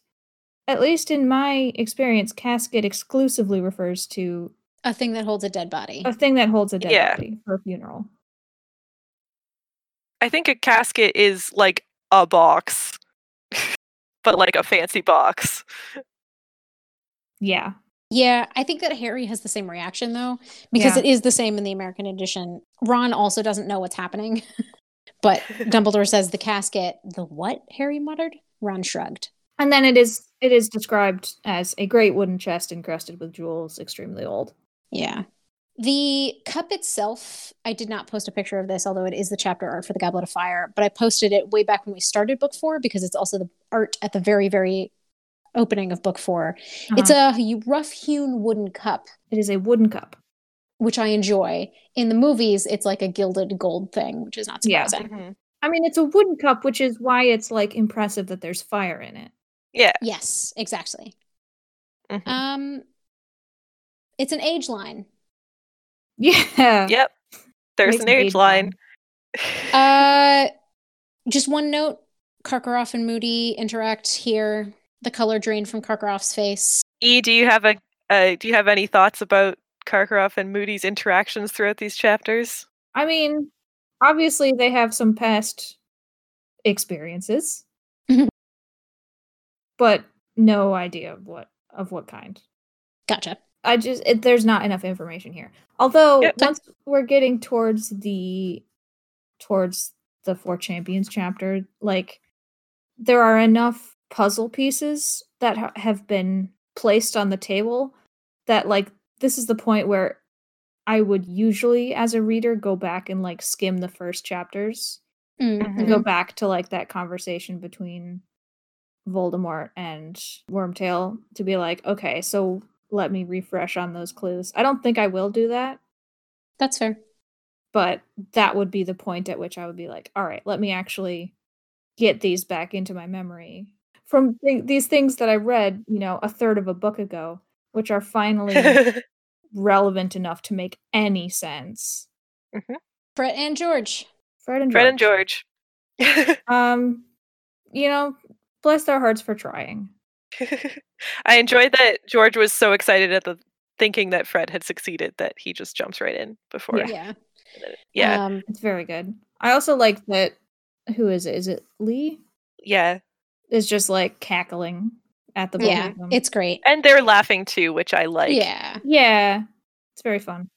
at least in my experience, casket exclusively refers to A thing that holds a dead body. a thing that holds a dead Yeah. body for a funeral. I think a casket is like a box, but like a fancy box. Yeah. Yeah, I think that Harry has the same reaction though, because Yeah. it is the same in the American edition. Ron also doesn't know what's happening, (laughs) but Dumbledore says the casket. The what? Harry muttered. Ron shrugged. And then it is it is described as a great wooden chest encrusted with jewels, extremely old. Yeah. The cup itself, I did not post a picture of this, although it is the chapter art for the Goblet of Fire, but I posted it way back when we started book four because it's also the art at the very, very opening of book 4 Uh-huh. It's a rough hewn wooden cup, It is a wooden cup. which I enjoy. In the movies, it's like a gilded gold thing, which is not Yeah. surprising. I mean, it's a wooden cup, which is why it's like impressive that there's fire in it. (laughs) Yeah. Yes, exactly. mhm. Um, it's an age line. Yeah. yep. There's Makes an age line. Uh, just one note: Karkaroff and Moody interact here. The color drained from Karkaroff's face. (laughs) E, do you have a uh, do you have any thoughts about Karkaroff and Moody's interactions throughout these chapters? I mean, obviously they have some past experiences, (laughs) Mhm. but no idea of what of what kind. Gotcha. I just it, there's not enough information here. Although Yep. once we're getting towards the towards the four champions chapter, like there are enough puzzle pieces that ha- have been placed on the table that like this is the point where I would usually as a reader go back and like skim the first chapters and go Mm-hmm. Mhm. back to like that conversation between Voldemort and Wormtail to be like, okay, so let me refresh on those clues. I don't think I will do that, That's fair. but that would be the point at which I would be like, all right, let me actually get these back into my memory from thi- these things that I read, you know, a third of a book ago, which (laughs) are finally relevant enough to make any sense. Brett and George. Fred and George. Fred and George. (laughs) Um, you know, bless their hearts for trying. I enjoyed that George was so excited at the thinking that Fred had succeeded that he just jumps right in before. Yeah. Yeah. Yeah. Um, It's very good. I also like that. Who is it? Is it Lee? yeah. Is just like cackling at the both yeah. of them. It's great. And they're laughing too, which I like. yeah. yeah, it's very fun.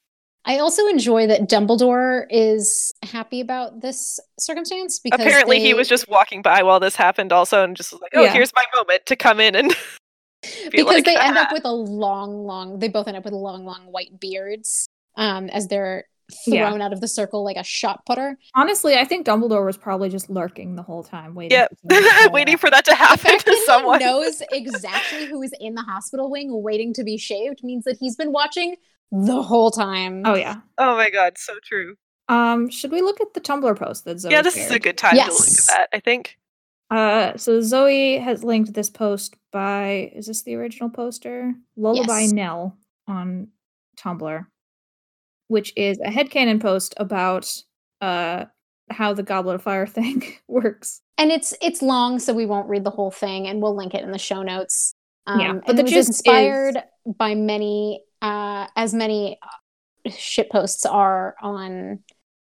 I also enjoy that Dumbledore is happy about this circumstance because Apparently, he they- was just walking by while this happened, also, and just was like, "Oh, Yeah. here's my moment to come in and (laughs) be because like, they end (laughs) "Ah." up with a long, long. They both end up with long, long white beards um, as they're Yeah. thrown out of the circle like a shot putter. Honestly, I think Dumbledore was probably just lurking the whole time, waiting. Yep. (laughs) for someone to show waiting up. for that to The happen (laughs) fact to that someone. he knows exactly who is in the hospital wing waiting to be shaved means that he's been watching the whole time. Oh yeah. (laughs) Oh my god, so true. Um, should we look at the Tumblr post that Zoe? yeah, this is a shared? good time to look Yes. at that. I think. Uh, so Zoe has linked this post by is this the original poster? Lullaby Yes. Nell on Tumblr, which is a headcanon post about uh how the Goblet of Fire (laughs) thing works. And it's it's long, so we won't read the whole thing, and we'll link it in the show notes. Um, Yeah, but but the it was gist inspired by many, uh, as many shit posts are on,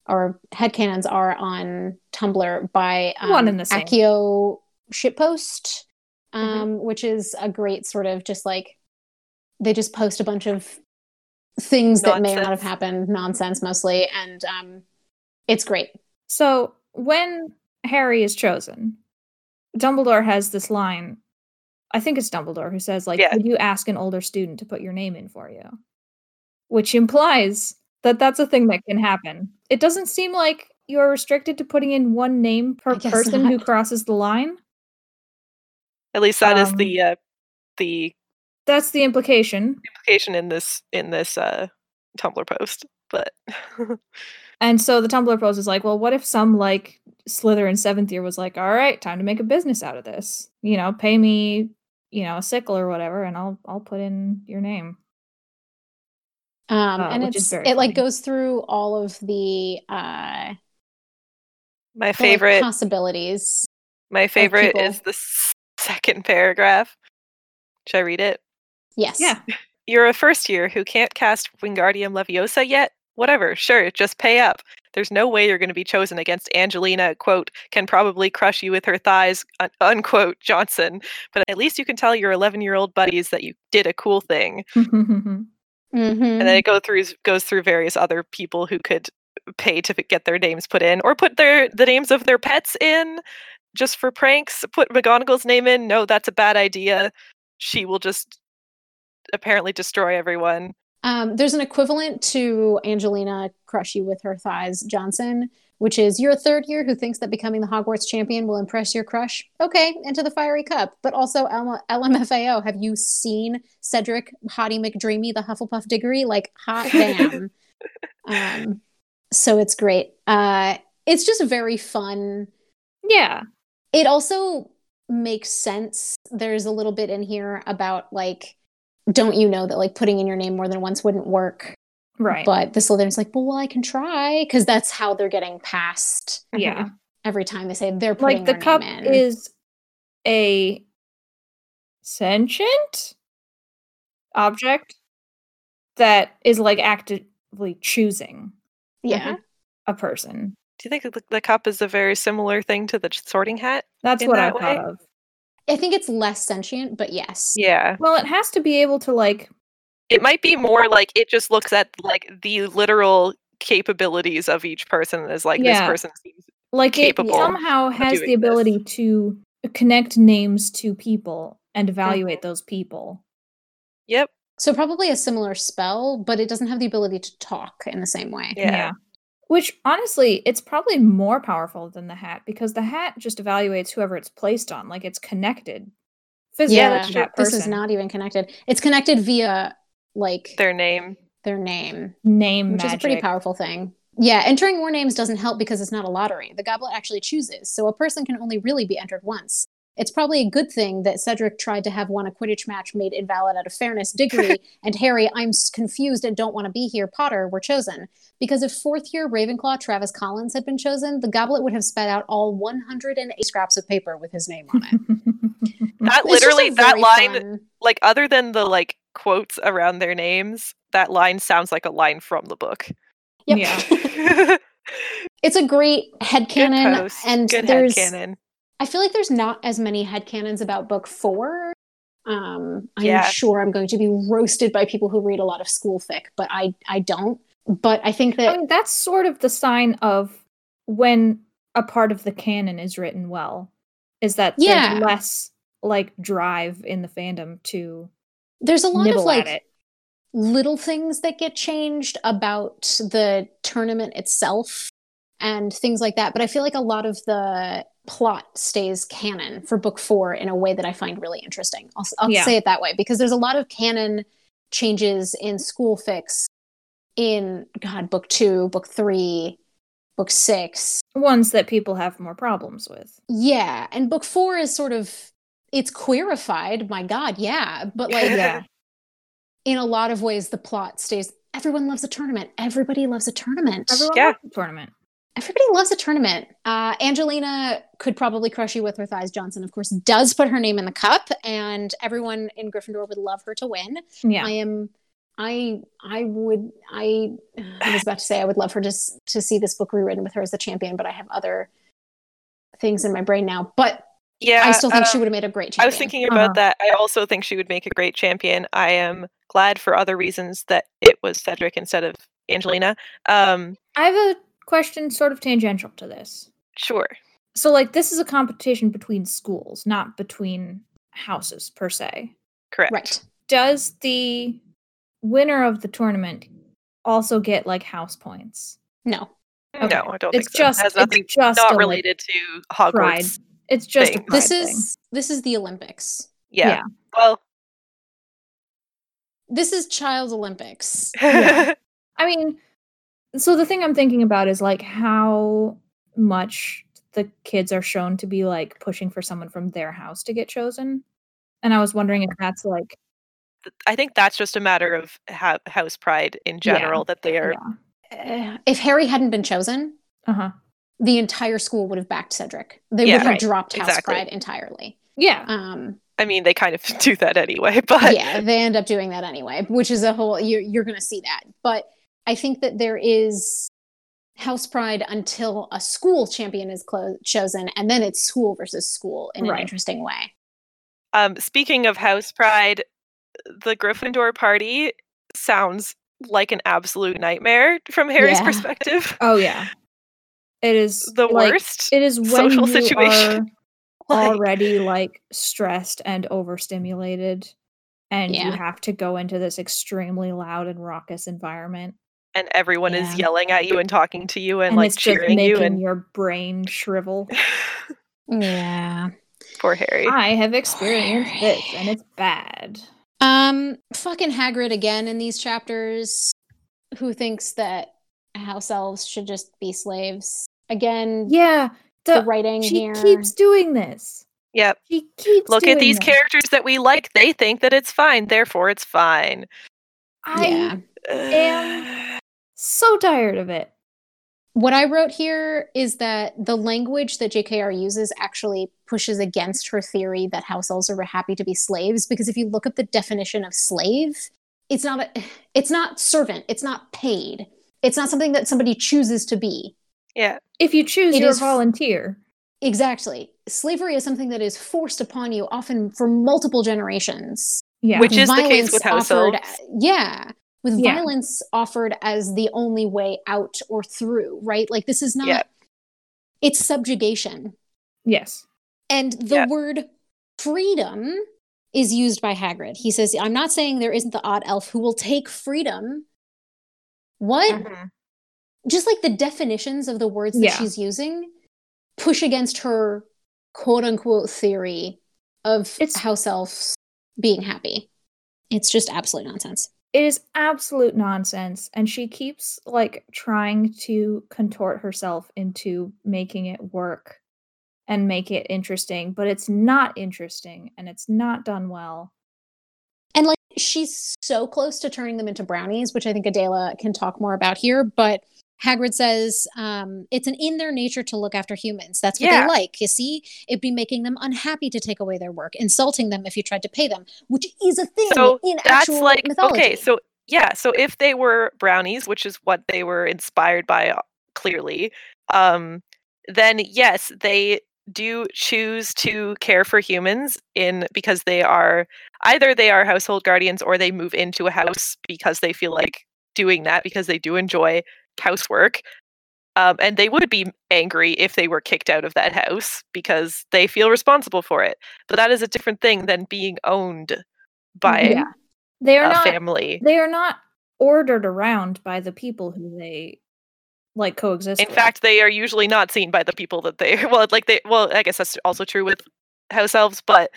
or headcanons are on Tumblr by um, One and the same. Mm-hmm. Accio shitpost, um, Mhm. which is a great sort of just like they just post a bunch of things that may or not have Nonsense. happened, nonsense mostly, and um, it's great. So when Harry is chosen, Dumbledore has this line. I think it's Dumbledore who says, like, Yeah. would you ask an older student to put your name in for you? Which implies that that's a thing that can happen. It doesn't seem like you're restricted to putting in one name per guess person who not. crosses the line. At least that is Um, the uh, the That's the implication. implication in this in this uh, Tumblr post. But (laughs) And so the Tumblr post is like, well, what if some like Slytherin seventh year was like, all right, time to make a business out of this. You know, pay me, you know, a sickle or whatever, and I'll I'll put in your name. um, uh, and which is it's very it like funny. goes through all of the uh the, my like, favorite possibilities my favorite people. is the s- second paragraph. Should I read it? Yes. Yeah. You're a first year who can't cast Wingardium Leviosa yet? Whatever, sure, just pay up. There's no way you're going to be chosen against Angelina, quote, can probably crush you with her thighs, un- unquote, Johnson. But at least you can tell your 11 year old buddies that you did a cool thing. (laughs) Mm-hmm. And then it go through, goes through various other people who could pay to get their names put in or put their the names of their pets in just for pranks. Put McGonagall's name in. No, that's a bad idea. She will just apparently destroy everyone. Um, there's an equivalent to Angelina crush you with her thighs Johnson, which is you're a third year who thinks that becoming the Hogwarts champion will impress your crush. Okay, into the fiery cup. But also L- LMFAO, have you seen Cedric Hottie McDreamy, the Hufflepuff Diggory? Like hot (laughs) damn. um, so it's great. Uh, it's just very fun. yeah. It also makes sense. There's a little bit in here about like, don't you know that like putting in your name more than once wouldn't work? Right. But the Slytherin's like, well, well, I can try because that's how they're getting past yeah. every time they say they're (laughs) putting Like the their cup name in. is a sentient object that is like actively choosing uh-huh. yeah. a person. Do you think that the, the cup is a very similar thing to the sorting hat? That's In what that I thought way? of. I think it's less sentient, but yes. Yeah. Well, it has to be able to like It might be more like it just looks at like the literal capabilities of each person and is like this Yeah. person seems like it capable somehow has doing the this. ability to connect names to people Mm-hmm. and evaluate those people. Yep. So probably a similar spell, but it doesn't have the ability to talk in the same way. Yeah. Which honestly, it's probably more powerful than the hat because the hat just evaluates whoever it's placed on, like it's connected physically Yeah, to that's that This person. is not even connected. It's connected via like their, Their name. name, name which is a magic. (laughs) pretty powerful thing. Yeah, entering more names doesn't help because it's not a lottery. The goblet actually chooses, so a person can only really be entered once. It's probably a good thing that Cedric tried to have one a Quidditch match made invalid out of fairness. Diggory (laughs) and Harry, I'm s- confused and don't want to be here. Potter were chosen because if fourth year Ravenclaw Travis Collins had been chosen, the goblet would have spat out all 108 scraps of paper with his name (laughs) on it. That It's just Mm. a literally that very line fun- like other than the like quotes around their names, that line sounds like a line from the book. (laughs) Yep. Yeah. It's a great Good headcanon. post. And Good there's headcanon. I feel like there's not as many headcanons about book four. Um, I'm Yeah. sure I'm going to be roasted by people who read a lot of school fic, but I I don't. But I think that I mean, that's sort of the sign of when a part of the canon is written well, is that Yeah. there's less like drive in the fandom to there's a lot nibble of like at it. little things that get changed about the tournament itself and things like that. But I feel like a lot of the plot stays canon for book four in a way that I find really interesting. I'll, I'll Yeah. say it that way because there's a lot of canon changes in school fix in God, book two, book three, book six. Ones that people have more problems with. Yeah. And book four is sort of, it's queerified. My God. Yeah. But like, (laughs) Yeah. in a lot of ways the plot stays everyone loves a tournament everybody loves a tournament Everyone Yeah. yeah. tournament. everybody loves a tournament uh, angelina could probably crush you with her thighs johnson of course does put her name in the cup and everyone in gryffindor would love her to win Yeah. i am i i would i i was about to say i would love her to s- to see this book rewritten with her as the champion but i have other things in my brain now but Yeah. i still think she um, would have made a great champion I was thinking about Uh-huh. that. I also think she would make a great champion. I am glad for other reasons that it was Cedric instead of Angelina. Um, I have a question sort of tangential to this. sure. So like this is a competition between schools, not between houses per se. Correct. right Does the winner of the tournament also get like house points? no Okay. No, I don't It's think so. just it has nothing it's just a, not like, related to Hogwarts. pride. It's just a thing. pride this thing. is this is the olympics Yeah. Yeah. Well, this is child olympics Yeah. I mean, so the thing I'm thinking about is like how much the kids are shown to be like pushing for someone from their house to get chosen. And I was wondering if that's like th- (laughs) I think that's just a matter of ho- house pride in Yeah. general that they are. yeah. Uh, if Harry hadn't been chosen, Uh-huh. the entire school would have backed Cedric. They Yeah, would have right, dropped House exactly. Pride entirely. Yeah. Um, I mean, they kind of (laughs) do that anyway, but yeah, they end up doing that anyway, which is a whole. You're you're going to see that, but I think that there is house pride until a school champion is clo- chosen, and then it's school versus school in Right. an interesting way. Um, speaking of house pride, the Gryffindor party sounds like an absolute nightmare from Harry's Yeah. perspective. Oh yeah. It is The like, worst. It is when social you situation. are (laughs) Like, already like stressed and overstimulated, and you Yeah. have to go into this extremely loud and raucous environment, and everyone is Yeah. yelling at you and talking to you and, and like it's just cheering making you and your brain shrivel. Yeah. (laughs) poor Harry. (laughs) I have experienced this, and it's bad. Um, fucking Hagrid again in these chapters, who thinks that house elves should just be slaves. Again, Yeah, the the, writing she here. keeps doing this. Yep. She keeps Look at doing these this. characters that we like. They think that it's fine, therefore it's fine. (sighs) I yeah. am- so tired of it. What I wrote here is that the language that JKR uses actually pushes against her theory that house elves are happy to be slaves because if you look at the definition of slave, it's not a, it's not servant, it's not paid. It's not something that somebody chooses to be. yeah. If you choose, It you're a is f- volunteer. Exactly. Slavery is something that is forced upon you often for multiple generations. Yeah, Which is the case with house offered, elves. Yeah. With Yeah. violence offered as the only way out or through, right? Like this is not Yeah. it's subjugation. yes. And the Yeah. word freedom is used by Hagrid. He says, I'm not saying there isn't the odd elf who will take freedom. What? Mhm. Just like the definitions of the words that Yeah. she's using push against her quote unquote theory of It's- house elves being happy. It's just absolute nonsense. it is absolute nonsense and she keeps like trying to contort herself into making it work and make it interesting but it's not interesting and it's not done well And like she's so close to turning them into brownies, which I think Adela can talk more about here. But Hagrid says um, it's an in their nature to look after humans. That's what Yeah. they like. You see, it'd be making them unhappy to take away their work, insulting them if you tried to pay them, which is a thing So in That's actual like mythology. okay, so yeah, so if they were brownies, which is what they were inspired by uh, clearly, um, then yes, they do choose to care for humans in because they are either they are household guardians or they move into a house because they feel like doing that because they do enjoy housework. Um, and they would be angry if they were kicked out of that house because they feel responsible for it. But that is a different thing than being owned by Yeah. they are a not family. they are not ordered around by the people who they like coexist In with. fact, they are usually not seen by the people that they (laughs) well, like they well, I guess that's also true with house elves, but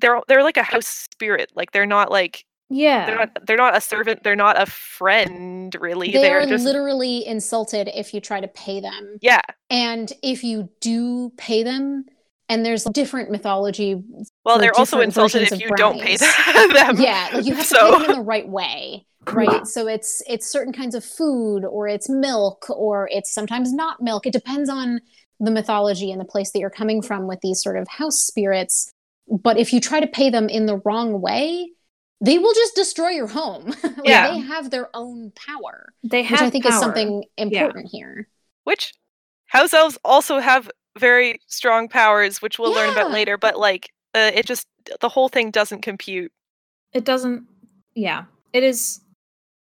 they're they're like a house spirit. Like they're not like yeah they're not they're not a servant, they're not a friend really. they are are just literally insulted if you try to pay them. yeah. And if you do pay them, and there's different mythology, Well, for they're also different insulted versions if of you don't pay (laughs) them. (laughs) yeah, like you have to (laughs) so, pay them in the right way, right? So it's it's certain kinds of food, or it's milk, or it's sometimes not milk. It depends on the mythology and the place that you're coming from with these sort of house spirits. But if you try to pay them in the wrong way, they will just destroy your home. (laughs) Like, Yeah. they have their own power, they which have I think is power. something important here. which house elves also have very strong powers, which we'll learn about Yeah. later, but like uh, it just the whole thing doesn't compute. it doesn't yeah it is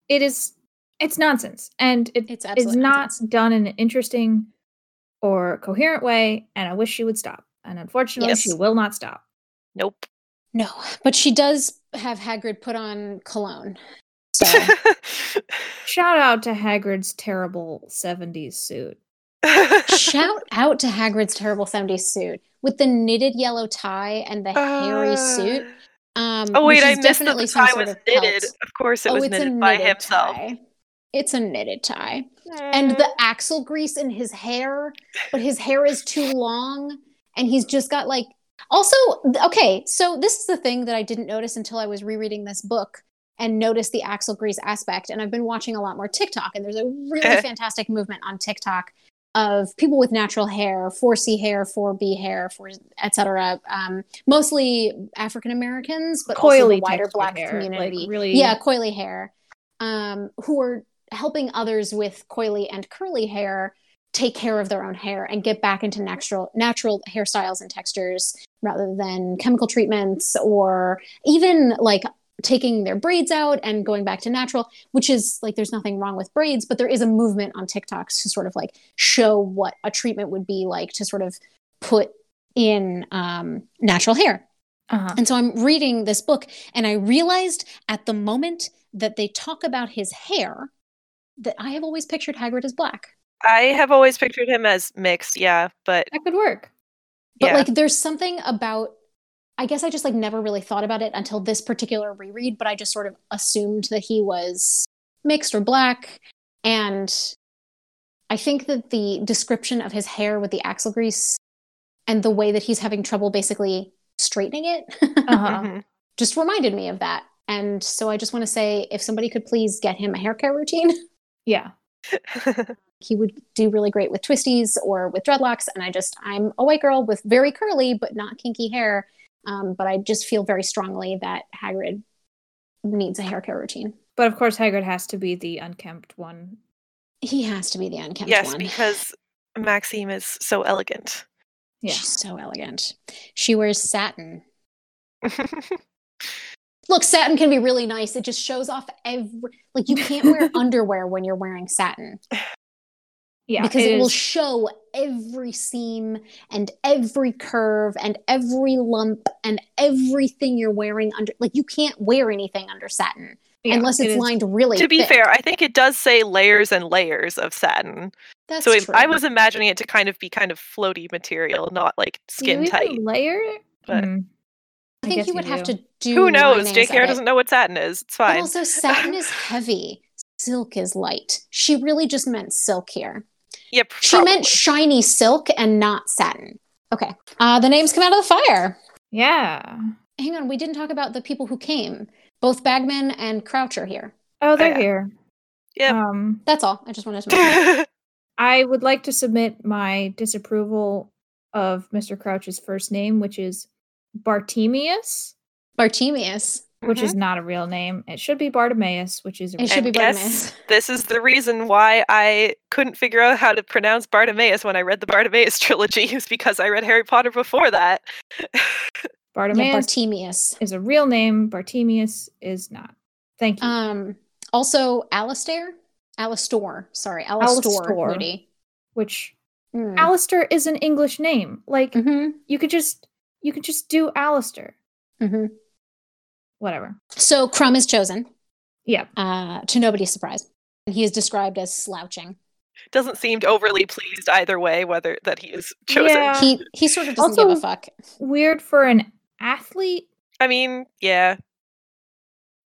it is it's nonsense and it It's is absolutely not done in an interesting or coherent way and i wish she would stop and unfortunately she Yes. will not stop Nope. No, but she does have Hagrid put on cologne. (laughs) So shout out to hagrid's terrible 70s suit (laughs) shout out to Hagrid's terrible 70s suit with the knitted yellow tie and the hairy suit. Uh, Um, Oh wait, which I is missed that definitely the some tie sort was of pelt. knitted. Of course, it oh, was it's knitted a by knitted himself. tie. It's a knitted tie. And the axle grease in his hair, but his hair is too long and he's just got like also okay, so this is the thing that I didn't notice until I was rereading this book and noticed the axle grease aspect and I've been watching a lot more TikTok and there's a really Uh-huh. fantastic movement on TikTok of people with natural hair, 4C hair, 4B hair, 4 etc. Um, mostly African Americans, but also the Coily wider types of Black hair, like, community. really- yeah, coily hair, um, who are helping others with coily and curly hair take care of their own hair and get back into natural natural hairstyles and textures rather than chemical treatments or even like taking their braids out and going back to natural, which is like there's nothing wrong with braids, but there is a movement on TikToks to sort of like show what a treatment would be like to sort of put in um, natural hair. Uh-huh. And so I'm reading this book, and I realized at the moment that they talk about his hair that I have always pictured Hagrid as black. I have always pictured him as mixed, yeah, but That could work. But yeah. like there's something about I guess I just like never really thought about it until this particular reread, but I just sort of assumed that he was mixed or black and I think that the description of his hair with the axle grease and the way that he's having trouble basically straightening it Uh-huh. mhm. (laughs) just reminded me of that. And so I just want to say if somebody could please get him a hair care routine, Yeah. uh, (laughs) he would do really great with twisties or with dreadlocks. And I just, I'm a white girl with very curly but not kinky hair. Um, but I just feel very strongly that Hagrid needs a hair care routine. But of course, Hagrid has to be the unkempt one. He has to be the unkempt yes, one. because Maxime is so elegant. (laughs) Yeah. She's so elegant. She wears satin. Look, satin can be really nice. It just shows off every. Like you can't wear underwear when you're wearing satin. Yeah. because it, will is- show every seam and every curve and every lump and everything you're wearing under like you can't wear anything under satin yeah, unless it it's is- lined really to be thick. fair, I think it does say layers and layers of satin. that's so it, true. I was imagining it to kind of be kind of floaty material, not like Do you skin even tight. Layer it? but- Hmm. I I think guess you you would have do. to do Who knows? linings Jake of Hare it. doesn't know what satin is. It's But fine. also satin is heavy silk is light she really just meant silk here yeah, she (laughs) meant shiny silk and not satin okay uh, the names come out of the fire Yeah. hang on we didn't talk about the people who came both bagman and crouch are here Oh, they're yeah. here. Yep. Um, That's all. I just wanted to (laughs) mention. probably. I would like to submit my disapproval of Mr. Crouch's first name, which is Bartemius, Bartemius. which Mm-hmm. is not a real name. It should be Bartimaeus, which is a It real should be And Bartimaeus. guess- this is the reason why I couldn't figure out how to pronounce Bartimaeus when I read the Bartimaeus (laughs) trilogy. It was because I read Harry Potter before that. Yeah, Bartimaeus Bartemius. is a real name. Bartemius is not. Thank you. Um, also, Alistair. Alastor. Sorry, Alastor. Alastor. Moody. which Mm. Alistair is an English name. Like Mhm, you could just you could just do Alistair. mhm. Whatever. So Crumb is chosen, Yeah. uh, to nobody's surprise. And he is described as slouching. Doesn't seem overly pleased either way whether that he was chosen. Yeah. He he sort of doesn't give a Also- fuck. Weird for an athlete. I mean, yeah.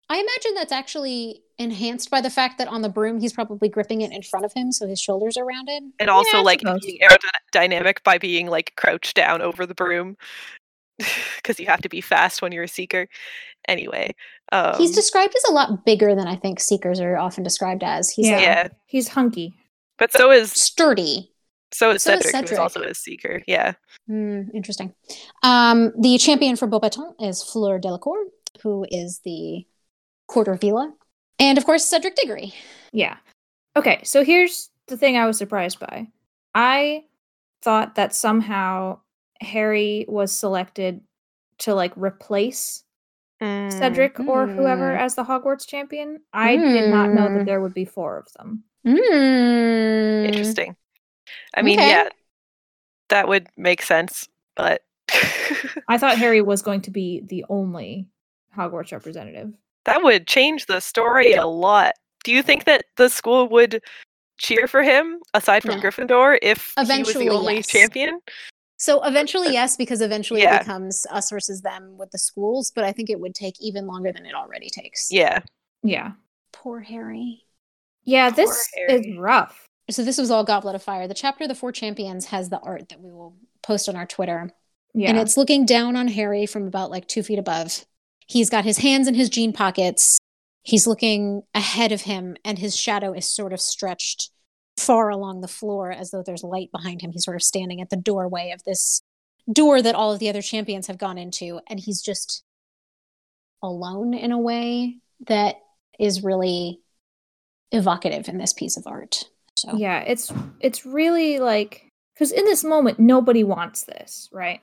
I imagine that's actually enhanced by the fact that on the broom he's probably gripping it in front of him, so his shoulders are rounded. And also I like suppose. being aerodynamic by being like crouched down over the broom. (laughs) Because you have to be fast when you're a seeker. Anyway. Um, he's described as a lot bigger than I think seekers are often described as. He's Yeah. like, yeah. He's hunky. But so is sturdy. so is so is Cedric, who's Cedric. also a seeker. Yeah. Hmm, interesting. Um, the champion for Beaubaton is Fleur Delacour, who is the quarter villa. And of course, Cedric Diggory. Yeah. Okay, so here's the thing I was surprised by. I thought that somehow Harry was selected to like replace Cedric or whoever Mm. as the Hogwarts champion. I did not know Mm. that there would be four of them. Hmm. Mm. Interesting. I mean, Okay. yeah, that would make sense, but (laughs) I thought Harry was going to be the only Hogwarts representative. that would change the story a lot. Do you think that the school would cheer for him aside from No. Gryffindor if Eventually, he was the only yes. champion? So eventually, yes, because eventually Yeah. it becomes us versus them with the schools, but I think it would take even longer than it already takes. Yeah. Yeah. Poor Harry. Yeah, Poor this Harry. is rough. So this was all Goblet of Fire. The chapter The Four Champions has the art that we will post on our Twitter. Yeah. and it's looking down on Harry from about like two feet above. He's got his hands in his jean pockets. He's looking ahead of him, and his shadow is sort of stretched far along the floor as though there's light behind him. He's sort of standing at the doorway of this door that all of the other champions have gone into, and he's just alone in a way that is really evocative in this piece of art. Oh. So Yeah, it's it's really like because in this moment nobody wants this, right?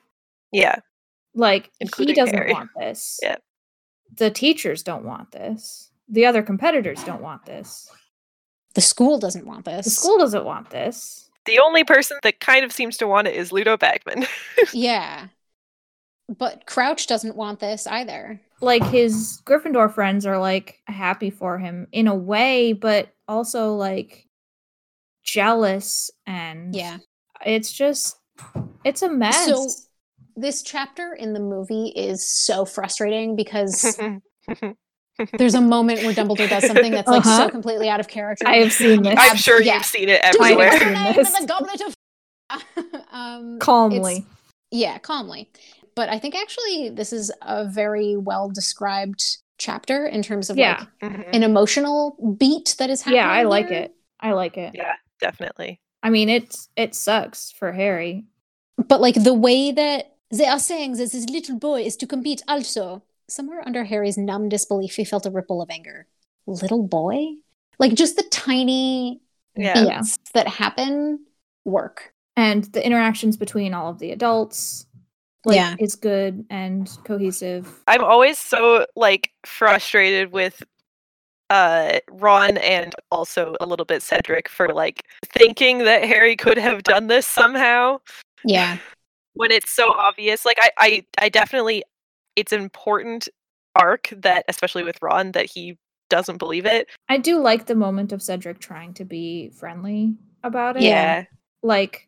Yeah. Like Including he doesn't Harry. want this. Yeah. The teachers don't want this. The other competitors don't want this. the school doesn't want this. The school doesn't want this. The only person that kind of seems to want it is Ludo Bagman. (laughs) yeah. But Crouch doesn't want this either. Like his Gryffindor friends are like happy for him in a way, but also like jealous and Yeah. it's just it's a mess. So this chapter in the movie is so frustrating because (laughs) there's a moment where Dumbledore does something that's like so Uh-huh. completely out of character. (laughs) I have seen this (laughs) I'm sure yeah. you've seen it Do you I've know (laughs) everywhere. the seen name this. of (laughs) the goblet of um, calmly. yeah, calmly. But I think actually this is a very well described chapter in terms of Yeah. like Mhm. an emotional beat that is happening. Yeah, I like here. it. I like it. Yeah, definitely. I mean, it's it sucks for Harry. But like the way that they are saying that this little boy is to compete also. Somewhere under Harry's numb disbelief, he felt a ripple of anger. Little boy? Like just the tiny Yeah. Yeah. beats that happen work. And the interactions between all of the adults like Yeah. is good and cohesive. I'm always so like frustrated with uh Ron and also a little bit Cedric for like thinking that Harry could have done this somehow. Yeah. when it's so obvious like I, I i definitely it's an important arc that especially with ron that he doesn't believe it I do like the moment of Cedric trying to be friendly about it. Yeah. Like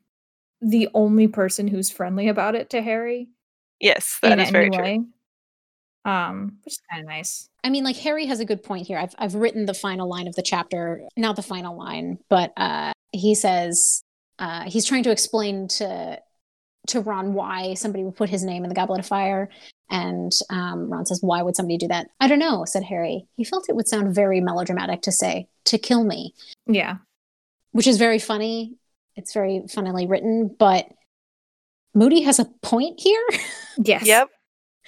the only person who's friendly about it to Harry yes that in is any very true way. Um, which is kind of nice. I mean, like Harry has a good point here. I've I've written the final line of the chapter, not the final line, but uh, he says uh, he's trying to explain to to Ron why somebody would put his name in the Goblet of Fire, and um, Ron says, "Why would somebody do that?" I don't know," said Harry. He felt it would sound very melodramatic to say to kill me, Yeah. which is very funny. It's very funnily written, but Moody has a point here. Yes. yep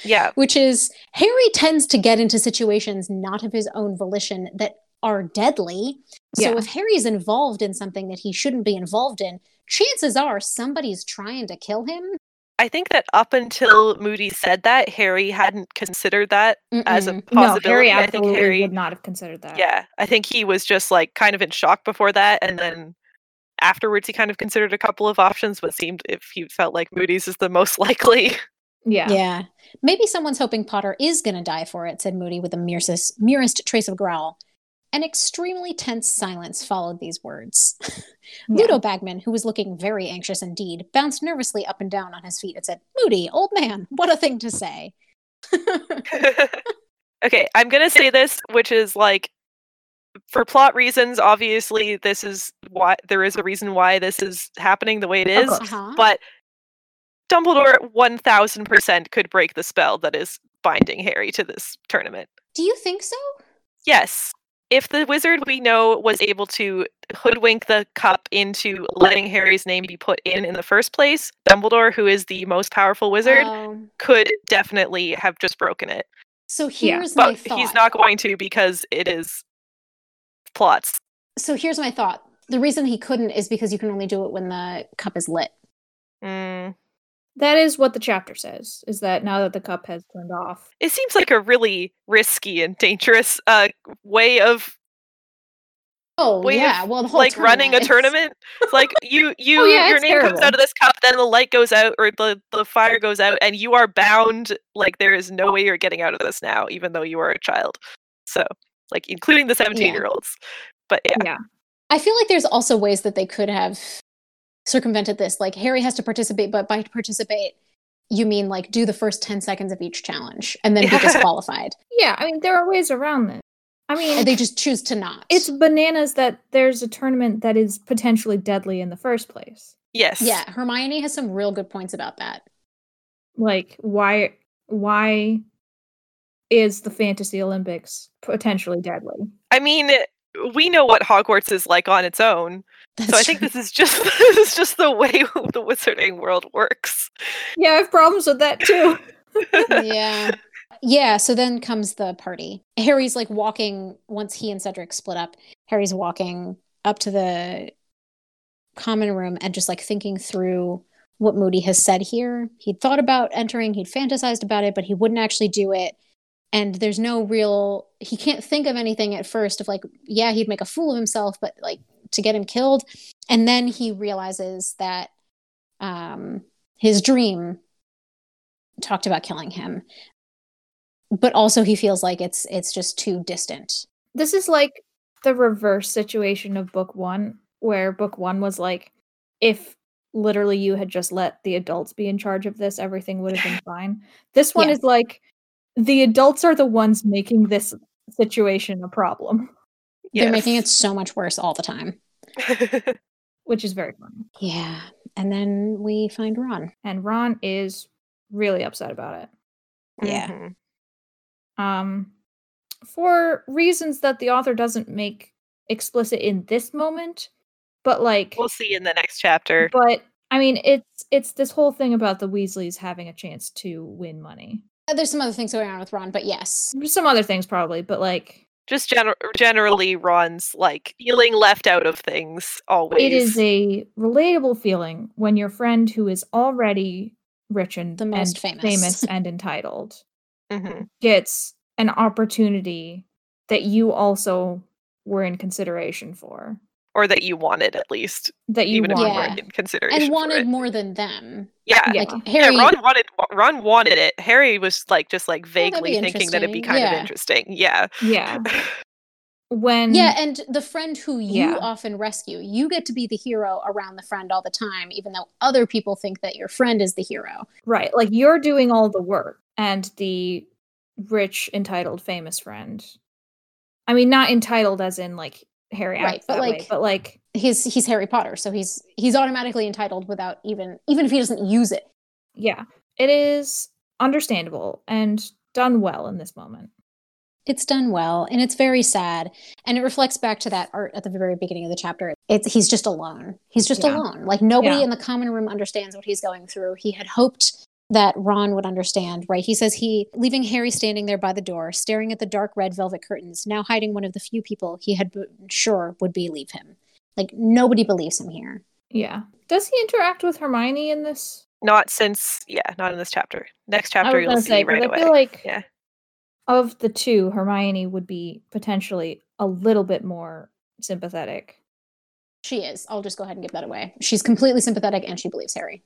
yeah which is Harry tends to get into situations not of his own volition that are deadly. So Yeah. if Harry's involved in something that he shouldn't be involved in, chances are somebody's trying to kill him. i think that up until moody said that harry hadn't considered that as a Mm-mm. Mm, No, Harry possibility i think absolutely harry would not have considered that. yeah i think he was just like kind of in shock before that and then afterwards he kind of considered a couple of options but seemed if he felt like moody's is the most (laughs) likely Yeah. yeah. Maybe someone's hoping Potter is going to die for it, said Moody with the merest, merest trace of growl. An extremely tense silence followed these words. (laughs) Yeah. Ludo Bagman, who was looking very anxious indeed, bounced nervously up and down on his feet and said, Moody, old man, what a thing to say. (laughs) okay, I'm gonna say this, which is like for plot reasons, obviously this is why there is a reason why this is happening the way it Of is. course. Uh-huh. But Dumbledore one thousand percent could break the spell that is binding Harry to this tournament. Do you think so? Yes. If the wizard we know was able to hoodwink the cup into letting Harry's name be put in in the first place, Dumbledore, who is the most powerful wizard, Um, could definitely have just broken it. so Yeah, here's my but thought. he's not going to because it is plots. so here's my thought. The reason he couldn't is because you can only do it when the cup is lit. Mm. That is what the chapter says, is that now that the cup has turned off. It seems like a really risky and dangerous uh, way of Oh Way of, yeah, well the whole like running a is- tournament. It's (laughs) like Oh, you, you, yeah, your it's name comes out terrible. of this cup, then the light goes out or the the fire goes out, and you are bound. Like there is no way you're getting out of this now, even though you are a child. So, like including the seventeen year olds. But yeah, Yeah. I feel like there's also ways that they could have circumvented this. Like Harry has to participate, but by participate, you mean like do the first ten seconds of each challenge and then be Yeah. (laughs) disqualified. Yeah, I mean there are ways around this. I and mean they just choose to not. it's bananas that there's a tournament that is potentially deadly in the first place. yes, yeah, Hermione has some real good points about that. Like why why is the fantasy Olympics potentially deadly? I mean, we know what Hogwarts is like on its own. so I think this is just (laughs) this is just the way (laughs) the wizarding world works. Yeah, I have problems with that too. yeah. Yeah, so then comes the party. Harry's like walking once he and Cedric split up. Harry's walking up to the common room and just like thinking through what Moody has said here. He'd thought about entering, he'd fantasized about it, but he wouldn't actually do it. And there's no real he can't think of anything at first of like, yeah, he'd make a fool of himself, but like to get him killed. And then he realizes that um his dream talked about killing him. But also he feels like it's it's just too distant. This is like the reverse situation of book 1 where book 1 was like if literally you had just let the adults be in charge of this, everything would have been fine. This one Yeah. is like the adults are the ones making this situation a problem, (laughs) They're making it so much worse all the time. it. which is very funny. Yeah. And then we find Ron. And Ron is really upset about it. Yeah. Mm-hmm. Um for reasons that the author doesn't make explicit in this moment, but like We'll see in the next chapter. but I mean it's it's this whole thing about the Weasleys having a chance to win money. Uh, There's some other things going on with Ron, but yes. Some other things probably, but like Just gener- generally Ron's like feeling left out of things always. It is a relatable feeling when your friend who is already rich and The most and famous. and entitled Mhm. gets an opportunity that you also were in consideration for or that you wanted at least, that you even if you want. weren't wanted. in consideration. And for wanted it. more than them. yeah, Yeah. Like Yeah, Harry Ron wanted Ron wanted it. Harry was like just Oh, like that'd be vaguely thinking that it'd be interesting, kind yeah. of interesting. Yeah. Yeah. (laughs) When Yeah, and the friend who you Yeah. often rescue, you get to be the hero around the friend all the time, even though other people think that your friend is the hero. right, like you're doing all the work and the rich entitled famous friend. I mean not entitled as in like Harry Right, acts but, that way, like, but like He's he's Harry Potter, so he's he's automatically entitled without even even if he doesn't use it. yeah, it is understandable and done well in this moment. It's done well, and it's very sad, and it reflects back to that art at the very beginning of the chapter. It's he's just alone. He's just Yeah. alone. Like nobody Yeah. in the common room understands what he's going through. He had hoped that Ron would understand, right? He says he leaving Harry standing there by the door, staring at the dark red velvet curtains, now hiding one of the few people he had been sure would believe him. Like nobody believes him here. Yeah. Does he interact with Hermione in this? Not since yeah, not in this chapter. Next I chapter was you'll gonna see say 'cause right I away. feel like Yeah. of the two, Hermione would be potentially a little bit more sympathetic. She is. I'll just go ahead and give that away. She's completely sympathetic and she believes Harry.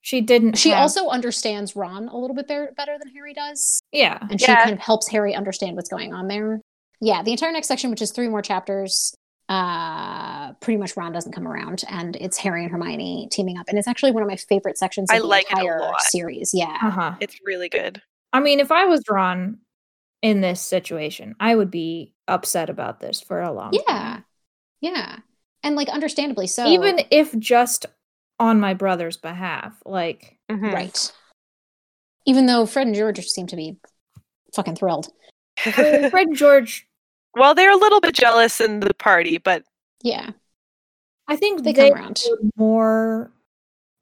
She didn't. She have- also understands Ron a little bit better, better than Harry does. yeah and she Yeah. kind of helps Harry understand what's going on there. Yeah, the entire next section, which is three more chapters, uh, pretty much Ron doesn't come around, and it's Harry and Hermione teaming up, and it's actually one of my favorite sections. Of I the like it a entire lot. series. Yeah, uh huh. It's really good. I mean, if I was Ron in this situation, I would be upset about this for a long yeah, time. yeah, and like understandably so. Even if just on my brother's behalf, (laughs) like Mhm. right, even though Fred and George seem to be fucking thrilled. Well, Fred and George. Mm-hmm. (laughs) well, they're a little bit jealous in the party, but Yeah, I think they they, come around. were more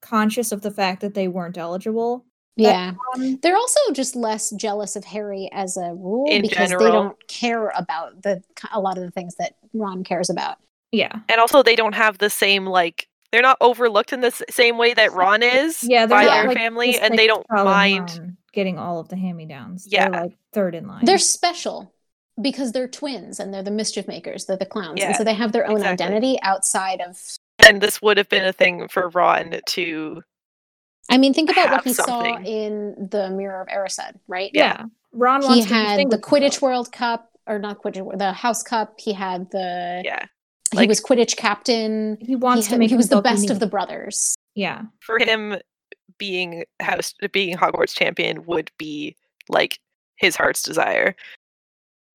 conscious of the fact that they weren't eligible. Yeah, Um, they're also just less jealous of Harry as a rule In because they general. don't care about the a lot of the things that Ron cares about. yeah, and also they don't have the same like they're not overlooked in the s- same way that Ron is yeah, they're by not, their like, family, just, and like, they don't proud of mind. Ron getting all of the hand-me-downs. Yeah. they're like third in line. They're special because they're twins and they're the mischief makers, they're the clowns. And Yeah, so they have their own exactly. identity outside of And this would have been a thing for Ron to I mean, think about what Have he saw something. in the Mirror of Erised, right? yeah. Ron wants He to distinguish had the Quidditch himself. World Cup or not Quidditch the House Cup. He had the yeah he like- was Quidditch captain. He He, wants had- to make. he was the himself best of unique. the brothers. Yeah, for him being house being Hogwarts champion would be like his heart's desire.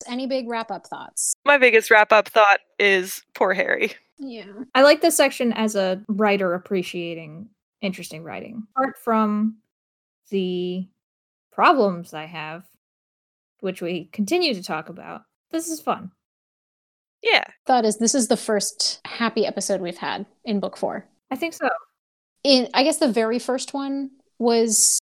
Any big wrap up thoughts? My biggest wrap up thought is poor Harry. Yeah. I like this section as a writer appreciating interesting writing. Apart from the problems I have, which we continue to talk about, this is fun. Yeah. thought is this is the first happy episode we've had in book four. I think so. In I guess the very first one was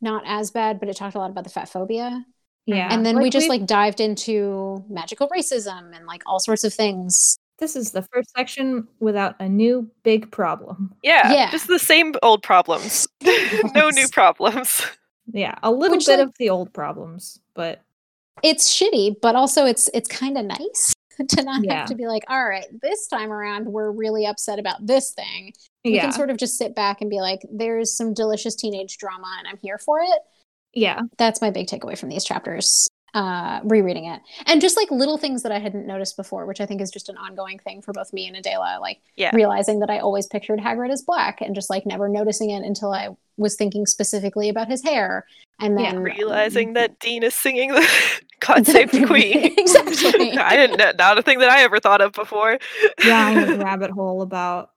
not as bad, but it talked a lot about the fat phobia. Yeah. and then we just we've- like dived into magical racism and like all sorts of things. this is the first section without a new big problem. Yeah. Yeah. Just the same old problems. (laughs) no new Yes. problems. Yeah, a little Which, bit like- of the old problems, but (laughs) It's shitty, but also it's it's kind of nice (laughs) to not Yeah. have to be like, all right, this time around we're really upset about this thing. We yeah, can sort of just sit back and be like, there's some delicious teenage drama and I'm here for it. (coughs) yeah, that's my big takeaway from these chapters uh rereading it and just like little things that i hadn't noticed before which i think is just an ongoing thing for both me and adela like Yeah. realizing that i always pictured hagrid as black and just like never noticing it until i was thinking specifically about his hair and Yeah, then Realizing that Dean is singing the (laughs) God Save the Queen. Exactly. (laughs) I didn't know, not a thing that I ever thought of before. (coughs) yeah. (laughs) I'm in a rabbit hole about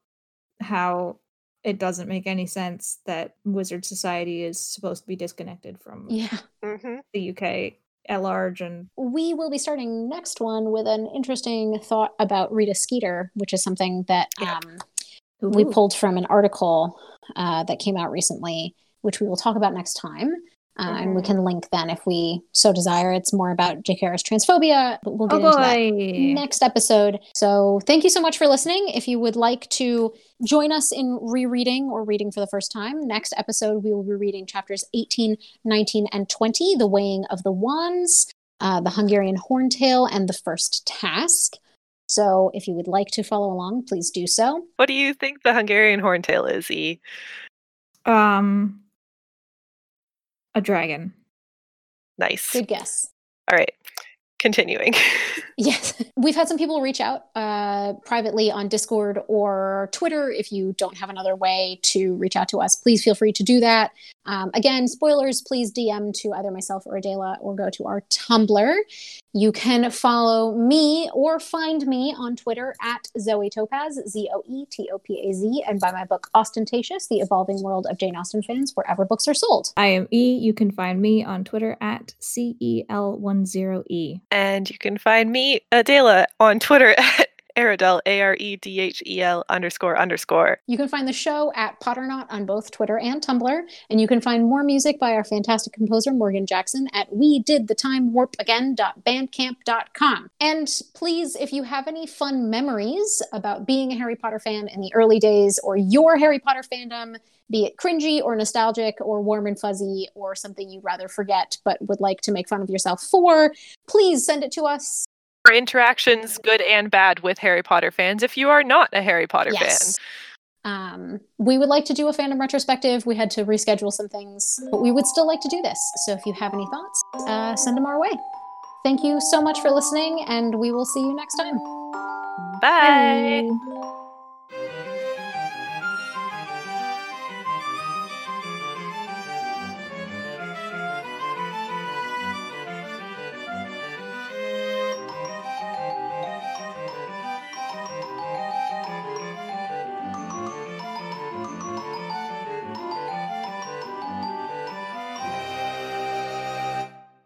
how it doesn't make any sense that Wizard Society is supposed to be disconnected from yeah hmm the UK at large, and we will be starting next one with an interesting thought about rita skeeter which is something that Yeah. um we Ooh, pulled from an article uh, that came out recently, which we will talk about next time. Uh, And we Mhm. can link then if we so desire. It's more about J.K. Rowling's transphobia, but we'll oh get into that boy, next episode. So thank you so much for listening. If you would like to join us in rereading or reading for the first time, next episode we will be reading chapters 18, 19, and 20 The Weighing of the Wands, uh, The Hungarian Horntail, and The First Task. So if you would like to follow along, please do so. What do you think the Hungarian horntail is, E? um, a dragon. Nice. Good guess. All right. Continuing. (laughs) (laughs) Yes. We've had some people reach out uh, privately on Discord or Twitter. If you don't have another way to reach out to us, please feel free to do that. Um, again, spoilers, please DM to either myself or Adela or go to our Tumblr. You can follow me or find me on Twitter at Zoe Topaz, Z O E T O P A Z, and by my book Ostentatious The Evolving World of Jane Austen Fans, wherever books are sold. I am E. You can find me on Twitter at C E L one zero E. And you can find me, Adela, on Twitter (laughs) at Aerodel, A R E D H E L underscore underscore. You can find the show at Potternaut on both Twitter and Tumblr, and you can find more music by our fantastic composer Morgan Jackson at we did the time warp again.bandcamp.com. And please, if you have any fun memories about being a Harry Potter fan in the early days or your Harry Potter fandom, be it cringy or nostalgic or warm and fuzzy or something you'd rather forget but would like to make fun of yourself for, please send it to us. For interactions, good and bad, with Harry Potter fans, if you are not a Harry Potter fan. Um, we would like to do a fandom retrospective. We had to reschedule some things, but we would still like to do this. So if you have any thoughts, uh, send them our way. Thank you so much for listening, and we will see you next time. Bye. Bye.